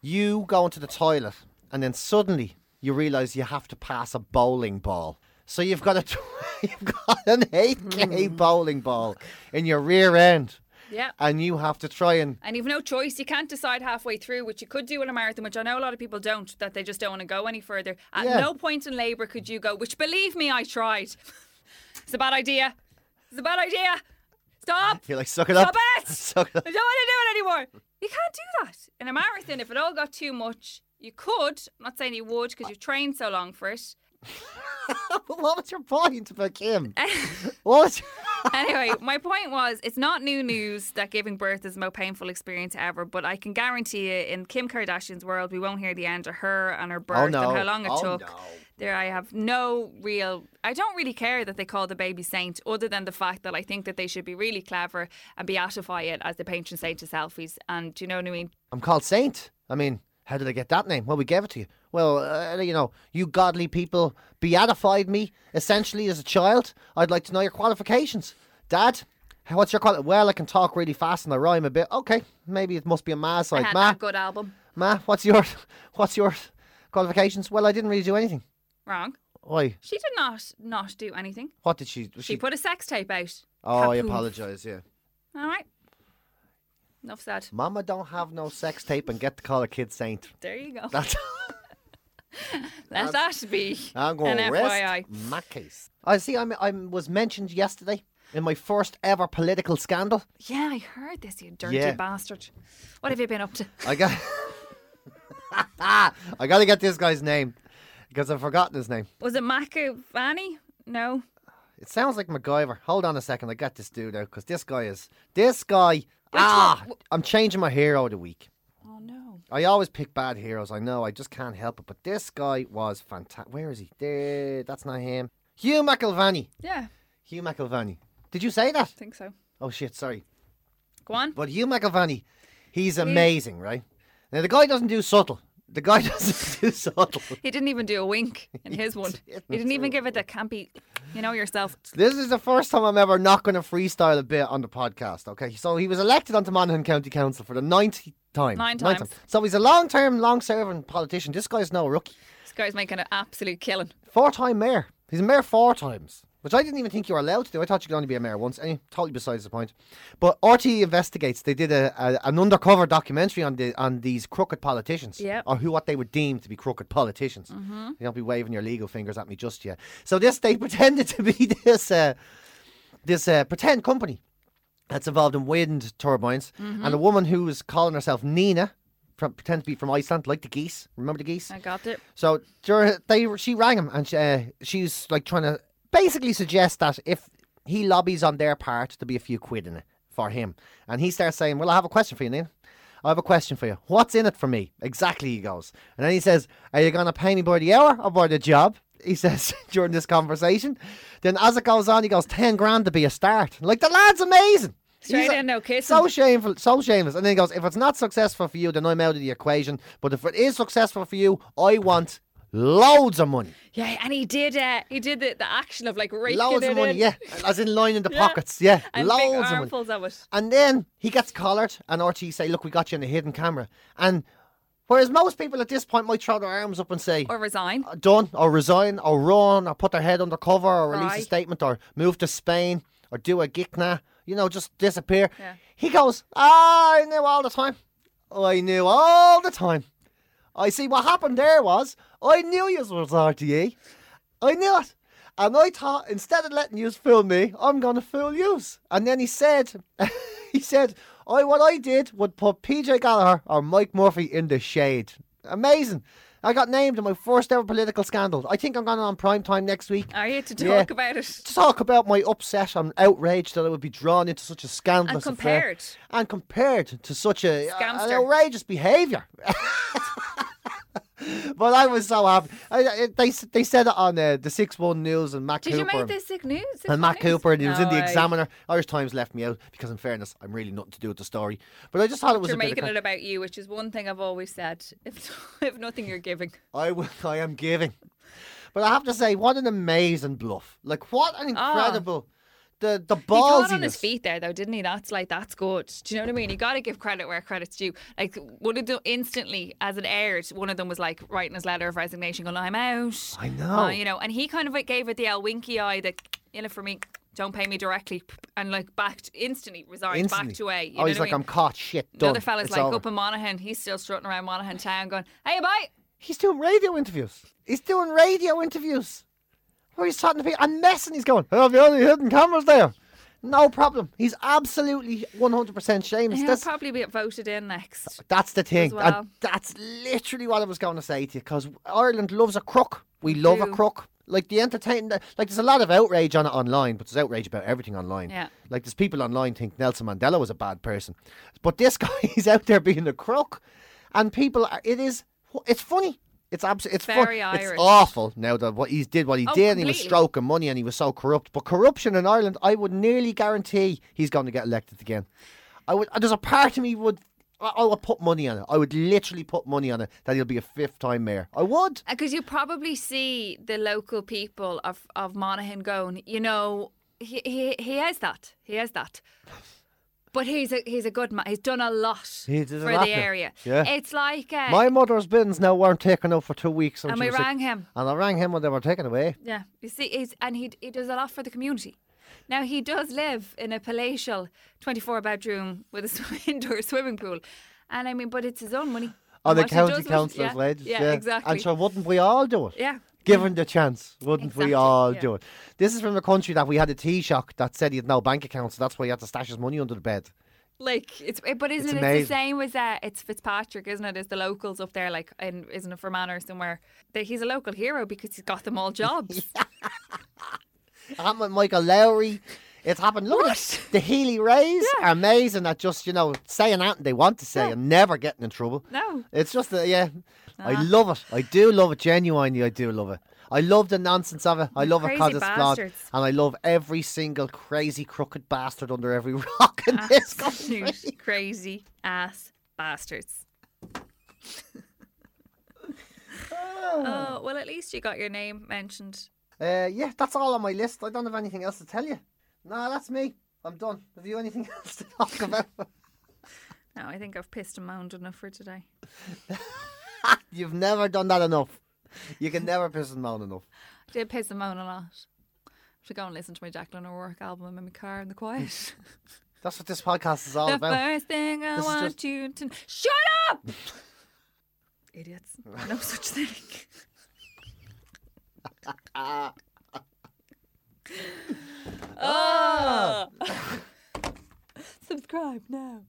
Speaker 3: you going to the toilet, and then suddenly you realise you have to pass a bowling ball. So you've got a tw- you've got an
Speaker 4: Hmm.
Speaker 3: 8k bowling ball in your rear end,
Speaker 4: Yeah.
Speaker 3: and you have to try and
Speaker 4: And you've no choice. You can't decide halfway through, which you could do in a marathon, which I know a lot of people don't, that they just don't want to go any further. At
Speaker 3: Yeah.
Speaker 4: no point in labour could you go, which believe me, I tried. it's a bad idea. It's a bad idea. Stop.
Speaker 3: you're like suck it
Speaker 4: Stop
Speaker 3: up,
Speaker 4: it!
Speaker 3: suck it
Speaker 4: I don't want to do it anymore. You can't do that. In a marathon, if it all got too much, you could. I'm not saying you would because you've trained so long for it.
Speaker 3: up. what was your point about Kim? what was your-
Speaker 4: anyway, my point was it's not new news that giving birth is the most painful experience ever, but I can guarantee you in Kim Kardashian's world, we won't hear the end of her and her birth
Speaker 3: Oh, no.
Speaker 4: and how long it
Speaker 3: Oh,
Speaker 4: took.
Speaker 3: no.
Speaker 4: There, I have no real. I don't really care that they call the baby saint, other than the fact that I think that they should be really clever and beatify it as the patron saint of selfies. And do you know what I mean?
Speaker 3: I'm called Saint. I mean, how did I get that name? Well, we gave it to you. Well, uh, you know, you godly people beatified me essentially as a child. I'd like to know your qualifications, Dad. h- What's your qual? Well, I can talk really fast and I rhyme a bit. Okay, maybe it must be a ma
Speaker 4: I
Speaker 3: side.
Speaker 4: had
Speaker 3: ma,
Speaker 4: that good album.
Speaker 3: ma, what's your, what's your qualifications? Well, I didn't really do anything.
Speaker 4: Wrong.
Speaker 3: Why?
Speaker 4: She did not not do anything.
Speaker 3: What did she?
Speaker 4: She put a sex tape out.
Speaker 3: oh, I
Speaker 4: Kapoof.
Speaker 3: apologise. Yeah,
Speaker 4: All right. Enough said.
Speaker 3: Mama don't have no sex tape and get to call a kid Saint.
Speaker 4: There you go.
Speaker 3: That's.
Speaker 4: Let that be
Speaker 3: Uh, I'm
Speaker 4: an
Speaker 3: going to
Speaker 4: FYI.
Speaker 3: rest my case. I see. I'm, I was mentioned yesterday in my first ever political scandal.
Speaker 4: Yeah, I heard this, you dirty
Speaker 3: Yeah.
Speaker 4: bastard. What have you been up to?
Speaker 3: I got, I got to get this guy's name because I've forgotten his name.
Speaker 4: Was it Macavani? No.
Speaker 3: It sounds like MacGyver. Hold on a second. I got this dude out because this guy is this guy. ah, I'm changing my hero of the week.
Speaker 4: Oh no.
Speaker 3: I always pick bad heroes. I know. I just can't help it. But this guy was fantastic. Where is he? There. That's not him. Hugh McIlvany.
Speaker 4: Yeah,
Speaker 3: Hugh McIlvany. Did you say that?
Speaker 4: I think so.
Speaker 3: Oh shit. Sorry.
Speaker 4: Go on.
Speaker 3: But Hugh McElvaney, he's amazing, right? Now the guy doesn't do subtle. The guy doesn't do subtle.
Speaker 4: He didn't even do a wink in his one. He didn't even give it the campy, you know yourself.
Speaker 3: This is the first time I'm ever not going to freestyle a bit on the podcast. Okay, so he was elected onto Monaghan County Council for the ninth time.
Speaker 4: Nine
Speaker 3: Ninth
Speaker 4: times.
Speaker 3: So he's a long-term, long-serving politician. This guy's no rookie.
Speaker 4: This guy's making an absolute killing.
Speaker 3: Four-time mayor. He's a mayor four times, which I didn't even think you were allowed to do. I thought you could only be a mayor once. Anyway, totally besides the point. But RTE investigates. They did a, a an undercover documentary on the on these crooked politicians,
Speaker 4: Yep.
Speaker 3: or who what they would deem to be crooked politicians. You don't be waving your legal fingers at me just yet. So this they pretended to be this uh, this uh, pretend company that's involved in wind turbines, and a woman who was calling herself Nina. From, pretend to be from Iceland, like the geese. Remember the geese?
Speaker 4: I got it.
Speaker 3: So dur- they she rang him and she, uh, she's like trying to basically suggest that if he lobbies on their part, there'll be a few quid in it for him. And he starts saying, "Well, I have a question for you, Neil. I have a question for you. What's in it for me exactly?" He goes, and then he says, "Are you gonna pay me by the hour or by the job?" He says during this conversation. Then as it goes on, he goes, 10 grand to be a start." Like the lad's amazing.
Speaker 4: Straight
Speaker 3: He's a-
Speaker 4: in, no kissing.
Speaker 3: So shameful, so shameless. And then he goes, if it's not successful for you, then I'm out of the equation. But if it is successful for you, I want loads of money.
Speaker 4: Yeah, and he did. Uh, he did the, the action of like raking
Speaker 3: loads
Speaker 4: it
Speaker 3: of money,
Speaker 4: in.
Speaker 3: yeah. As in lining the
Speaker 4: Yeah.
Speaker 3: pockets, yeah.
Speaker 4: and
Speaker 3: loads
Speaker 4: big
Speaker 3: of money.
Speaker 4: armfuls of it.
Speaker 3: And then he gets collared, and RT say, "Look, we got you on a hidden camera." And whereas most people at this point might throw their arms up and say,
Speaker 4: Or resign.
Speaker 3: "Done," or resign, or run, or put their head under cover, or release
Speaker 4: Aye.
Speaker 3: a statement, or move to Spain, or do a gikna, you know, just disappear.
Speaker 4: Yeah.
Speaker 3: He goes, "I knew all the time. I knew all the time. I see what happened there was I knew you was RTE. E. I knew it." And I thought, instead of letting you fool me, I'm gonna fool you. And then he said, he said, I what I did would put PJ Gallagher or Mike Murphy in the shade. Amazing. I got named in my first ever political scandal. I think I'm going on prime time next week
Speaker 4: Are you to talk
Speaker 3: Yeah.
Speaker 4: about it?
Speaker 3: to talk about my upset and outrage that I would be drawn into such a scandalous
Speaker 4: And
Speaker 3: affair.
Speaker 4: compared.
Speaker 3: and compared to such a an
Speaker 4: Scamster.
Speaker 3: outrageous behaviour. but I was so happy. I, I, they s- they said it on uh, the Six One News and Matt
Speaker 4: Did
Speaker 3: Cooper.
Speaker 4: you make this sick news? Sick
Speaker 3: and Matt
Speaker 4: news?
Speaker 3: Cooper, and he was in
Speaker 4: No,
Speaker 3: the
Speaker 4: I-
Speaker 3: Examiner. Irish Times left me out because, in fairness, I'm really nothing to do with the story. But I just thought it was
Speaker 4: You're
Speaker 3: a bit. of
Speaker 4: making
Speaker 3: con-
Speaker 4: it about you, which is one thing I've always said. If if nothing, you're giving.
Speaker 3: I will, I am giving. But I have to say, what an amazing bluff! Like what an
Speaker 4: Ah.
Speaker 3: incredible the the
Speaker 4: He thought on
Speaker 3: ballsiness.
Speaker 4: his feet there, though, didn't he? That's like that's good. Do you know what I mean? You got to give credit where credit's due. Like one of them instantly, as it aired, one of them was like writing his letter of resignation, going, "I'm out."
Speaker 3: I know.
Speaker 4: Uh, you know, and he kind of like gave it the old winky eye, the in it for me, don't pay me directly, and like backed instantly resigned
Speaker 3: Instantly.
Speaker 4: back to A. You
Speaker 3: oh,
Speaker 4: know
Speaker 3: he's
Speaker 4: what
Speaker 3: like,
Speaker 4: I mean?
Speaker 3: I'm caught. Shit.
Speaker 4: The
Speaker 3: Done.
Speaker 4: other fella's
Speaker 3: It's
Speaker 4: like
Speaker 3: over.
Speaker 4: up in Monaghan, he's still strutting around Monaghan town, going, "Hey, bye."
Speaker 3: He's doing radio interviews. He's doing radio interviews. Where he's talking to people and messing. He's going, "Have you any hidden cameras there?" No problem. He's absolutely 100% shameless.
Speaker 4: He'll
Speaker 3: That's,
Speaker 4: probably be voted in next.
Speaker 3: that's the thing.
Speaker 4: well.
Speaker 3: And that's literally what I was going to say to you because Ireland loves a crook. We love a
Speaker 4: do.
Speaker 3: crook. Like the entertainment, like there's a lot of outrage on it online, but there's outrage about everything online.
Speaker 4: Yeah.
Speaker 3: Like there's people online think Nelson Mandela was a bad person, but this guy is out there being a crook, and people are. It is. It's funny. It's absolutely. It's fun-
Speaker 4: Very
Speaker 3: It's
Speaker 4: Irish.
Speaker 3: awful now that what he did, what he
Speaker 4: Oh,
Speaker 3: did, and he was
Speaker 4: completely.
Speaker 3: stroking money, and he was so corrupt. But corruption in Ireland, I would nearly guarantee he's going to get elected again. I would. There's a part of me would. I, I would put money on it. I would literally put money on it that he'll be a fifth time mayor. I would.
Speaker 4: Because Uh, you probably see the local people of, of Monaghan going, you know, he, he he has that. He has that. But he's a he's a good man. He's done a lot
Speaker 3: He did a
Speaker 4: for
Speaker 3: lot,
Speaker 4: the
Speaker 3: yeah.
Speaker 4: area.
Speaker 3: Yeah.
Speaker 4: It's like uh,
Speaker 3: My mother's bins now weren't taken out for two weeks, and,
Speaker 4: and
Speaker 3: she
Speaker 4: we
Speaker 3: was like-
Speaker 4: rang him.
Speaker 3: and I rang him when they were taken away.
Speaker 4: Yeah. You see he's and he he does a lot for the community. Now he does live in a palatial twenty four bedroom with a swim, indoor swimming pool. And I mean, but it's his own money.
Speaker 3: On
Speaker 4: And
Speaker 3: Oh, the
Speaker 4: what he
Speaker 3: county
Speaker 4: does with-
Speaker 3: councillor's
Speaker 4: yeah,
Speaker 3: wages.
Speaker 4: Yeah, exactly.
Speaker 3: And so wouldn't we all do it?
Speaker 4: yeah.
Speaker 3: Given the chance, wouldn't we
Speaker 4: Exactly,
Speaker 3: all
Speaker 4: yeah.
Speaker 3: do it? This is from a country that we had a T shock that said he had no bank account, so that's why he had to stash his money under the bed.
Speaker 4: Like it's it- but isn't
Speaker 3: It's
Speaker 4: it
Speaker 3: amazing.
Speaker 4: it's the same as uh, it's Fitzpatrick, isn't it? Is the locals up there like in isn't it Fermanagh or somewhere? That he's a local hero because he's got them all jobs.
Speaker 3: It happened with Michael Lowry. It's happened. Look at this. The Healy Rays are amazing at just, you know, saying anything they want to say and never getting in trouble.
Speaker 4: No. Ah.
Speaker 3: It's just that, yeah. I love it. I do love it. Genuinely, I do love it. I love the nonsense of it. I love it
Speaker 4: crazy
Speaker 3: because it's flawed. And
Speaker 4: bastards.
Speaker 3: I love every single crazy, crooked bastard under every rock
Speaker 4: Ah,
Speaker 3: in this country.
Speaker 4: Absolute crazy ass bastards. oh well, at least you got your name mentioned.
Speaker 3: Uh, yeah, that's all on my list. I don't have anything else to tell you. No, that's me. I'm done. Have you anything else to talk about?
Speaker 4: No, I think I've pissed and moaned enough for today.
Speaker 3: You've never done that enough. You can never piss and moan enough.
Speaker 4: I did piss and moan a lot. I should go and listen to my Jacqueline O'Rourke album in my car in the quiet.
Speaker 3: That's what this podcast is all
Speaker 4: the
Speaker 3: about.
Speaker 4: first thing I
Speaker 3: This is
Speaker 4: want
Speaker 3: just-
Speaker 4: you to shut up, idiots. No such thing. Ah!
Speaker 3: Ah!
Speaker 4: oh. Subscribe now.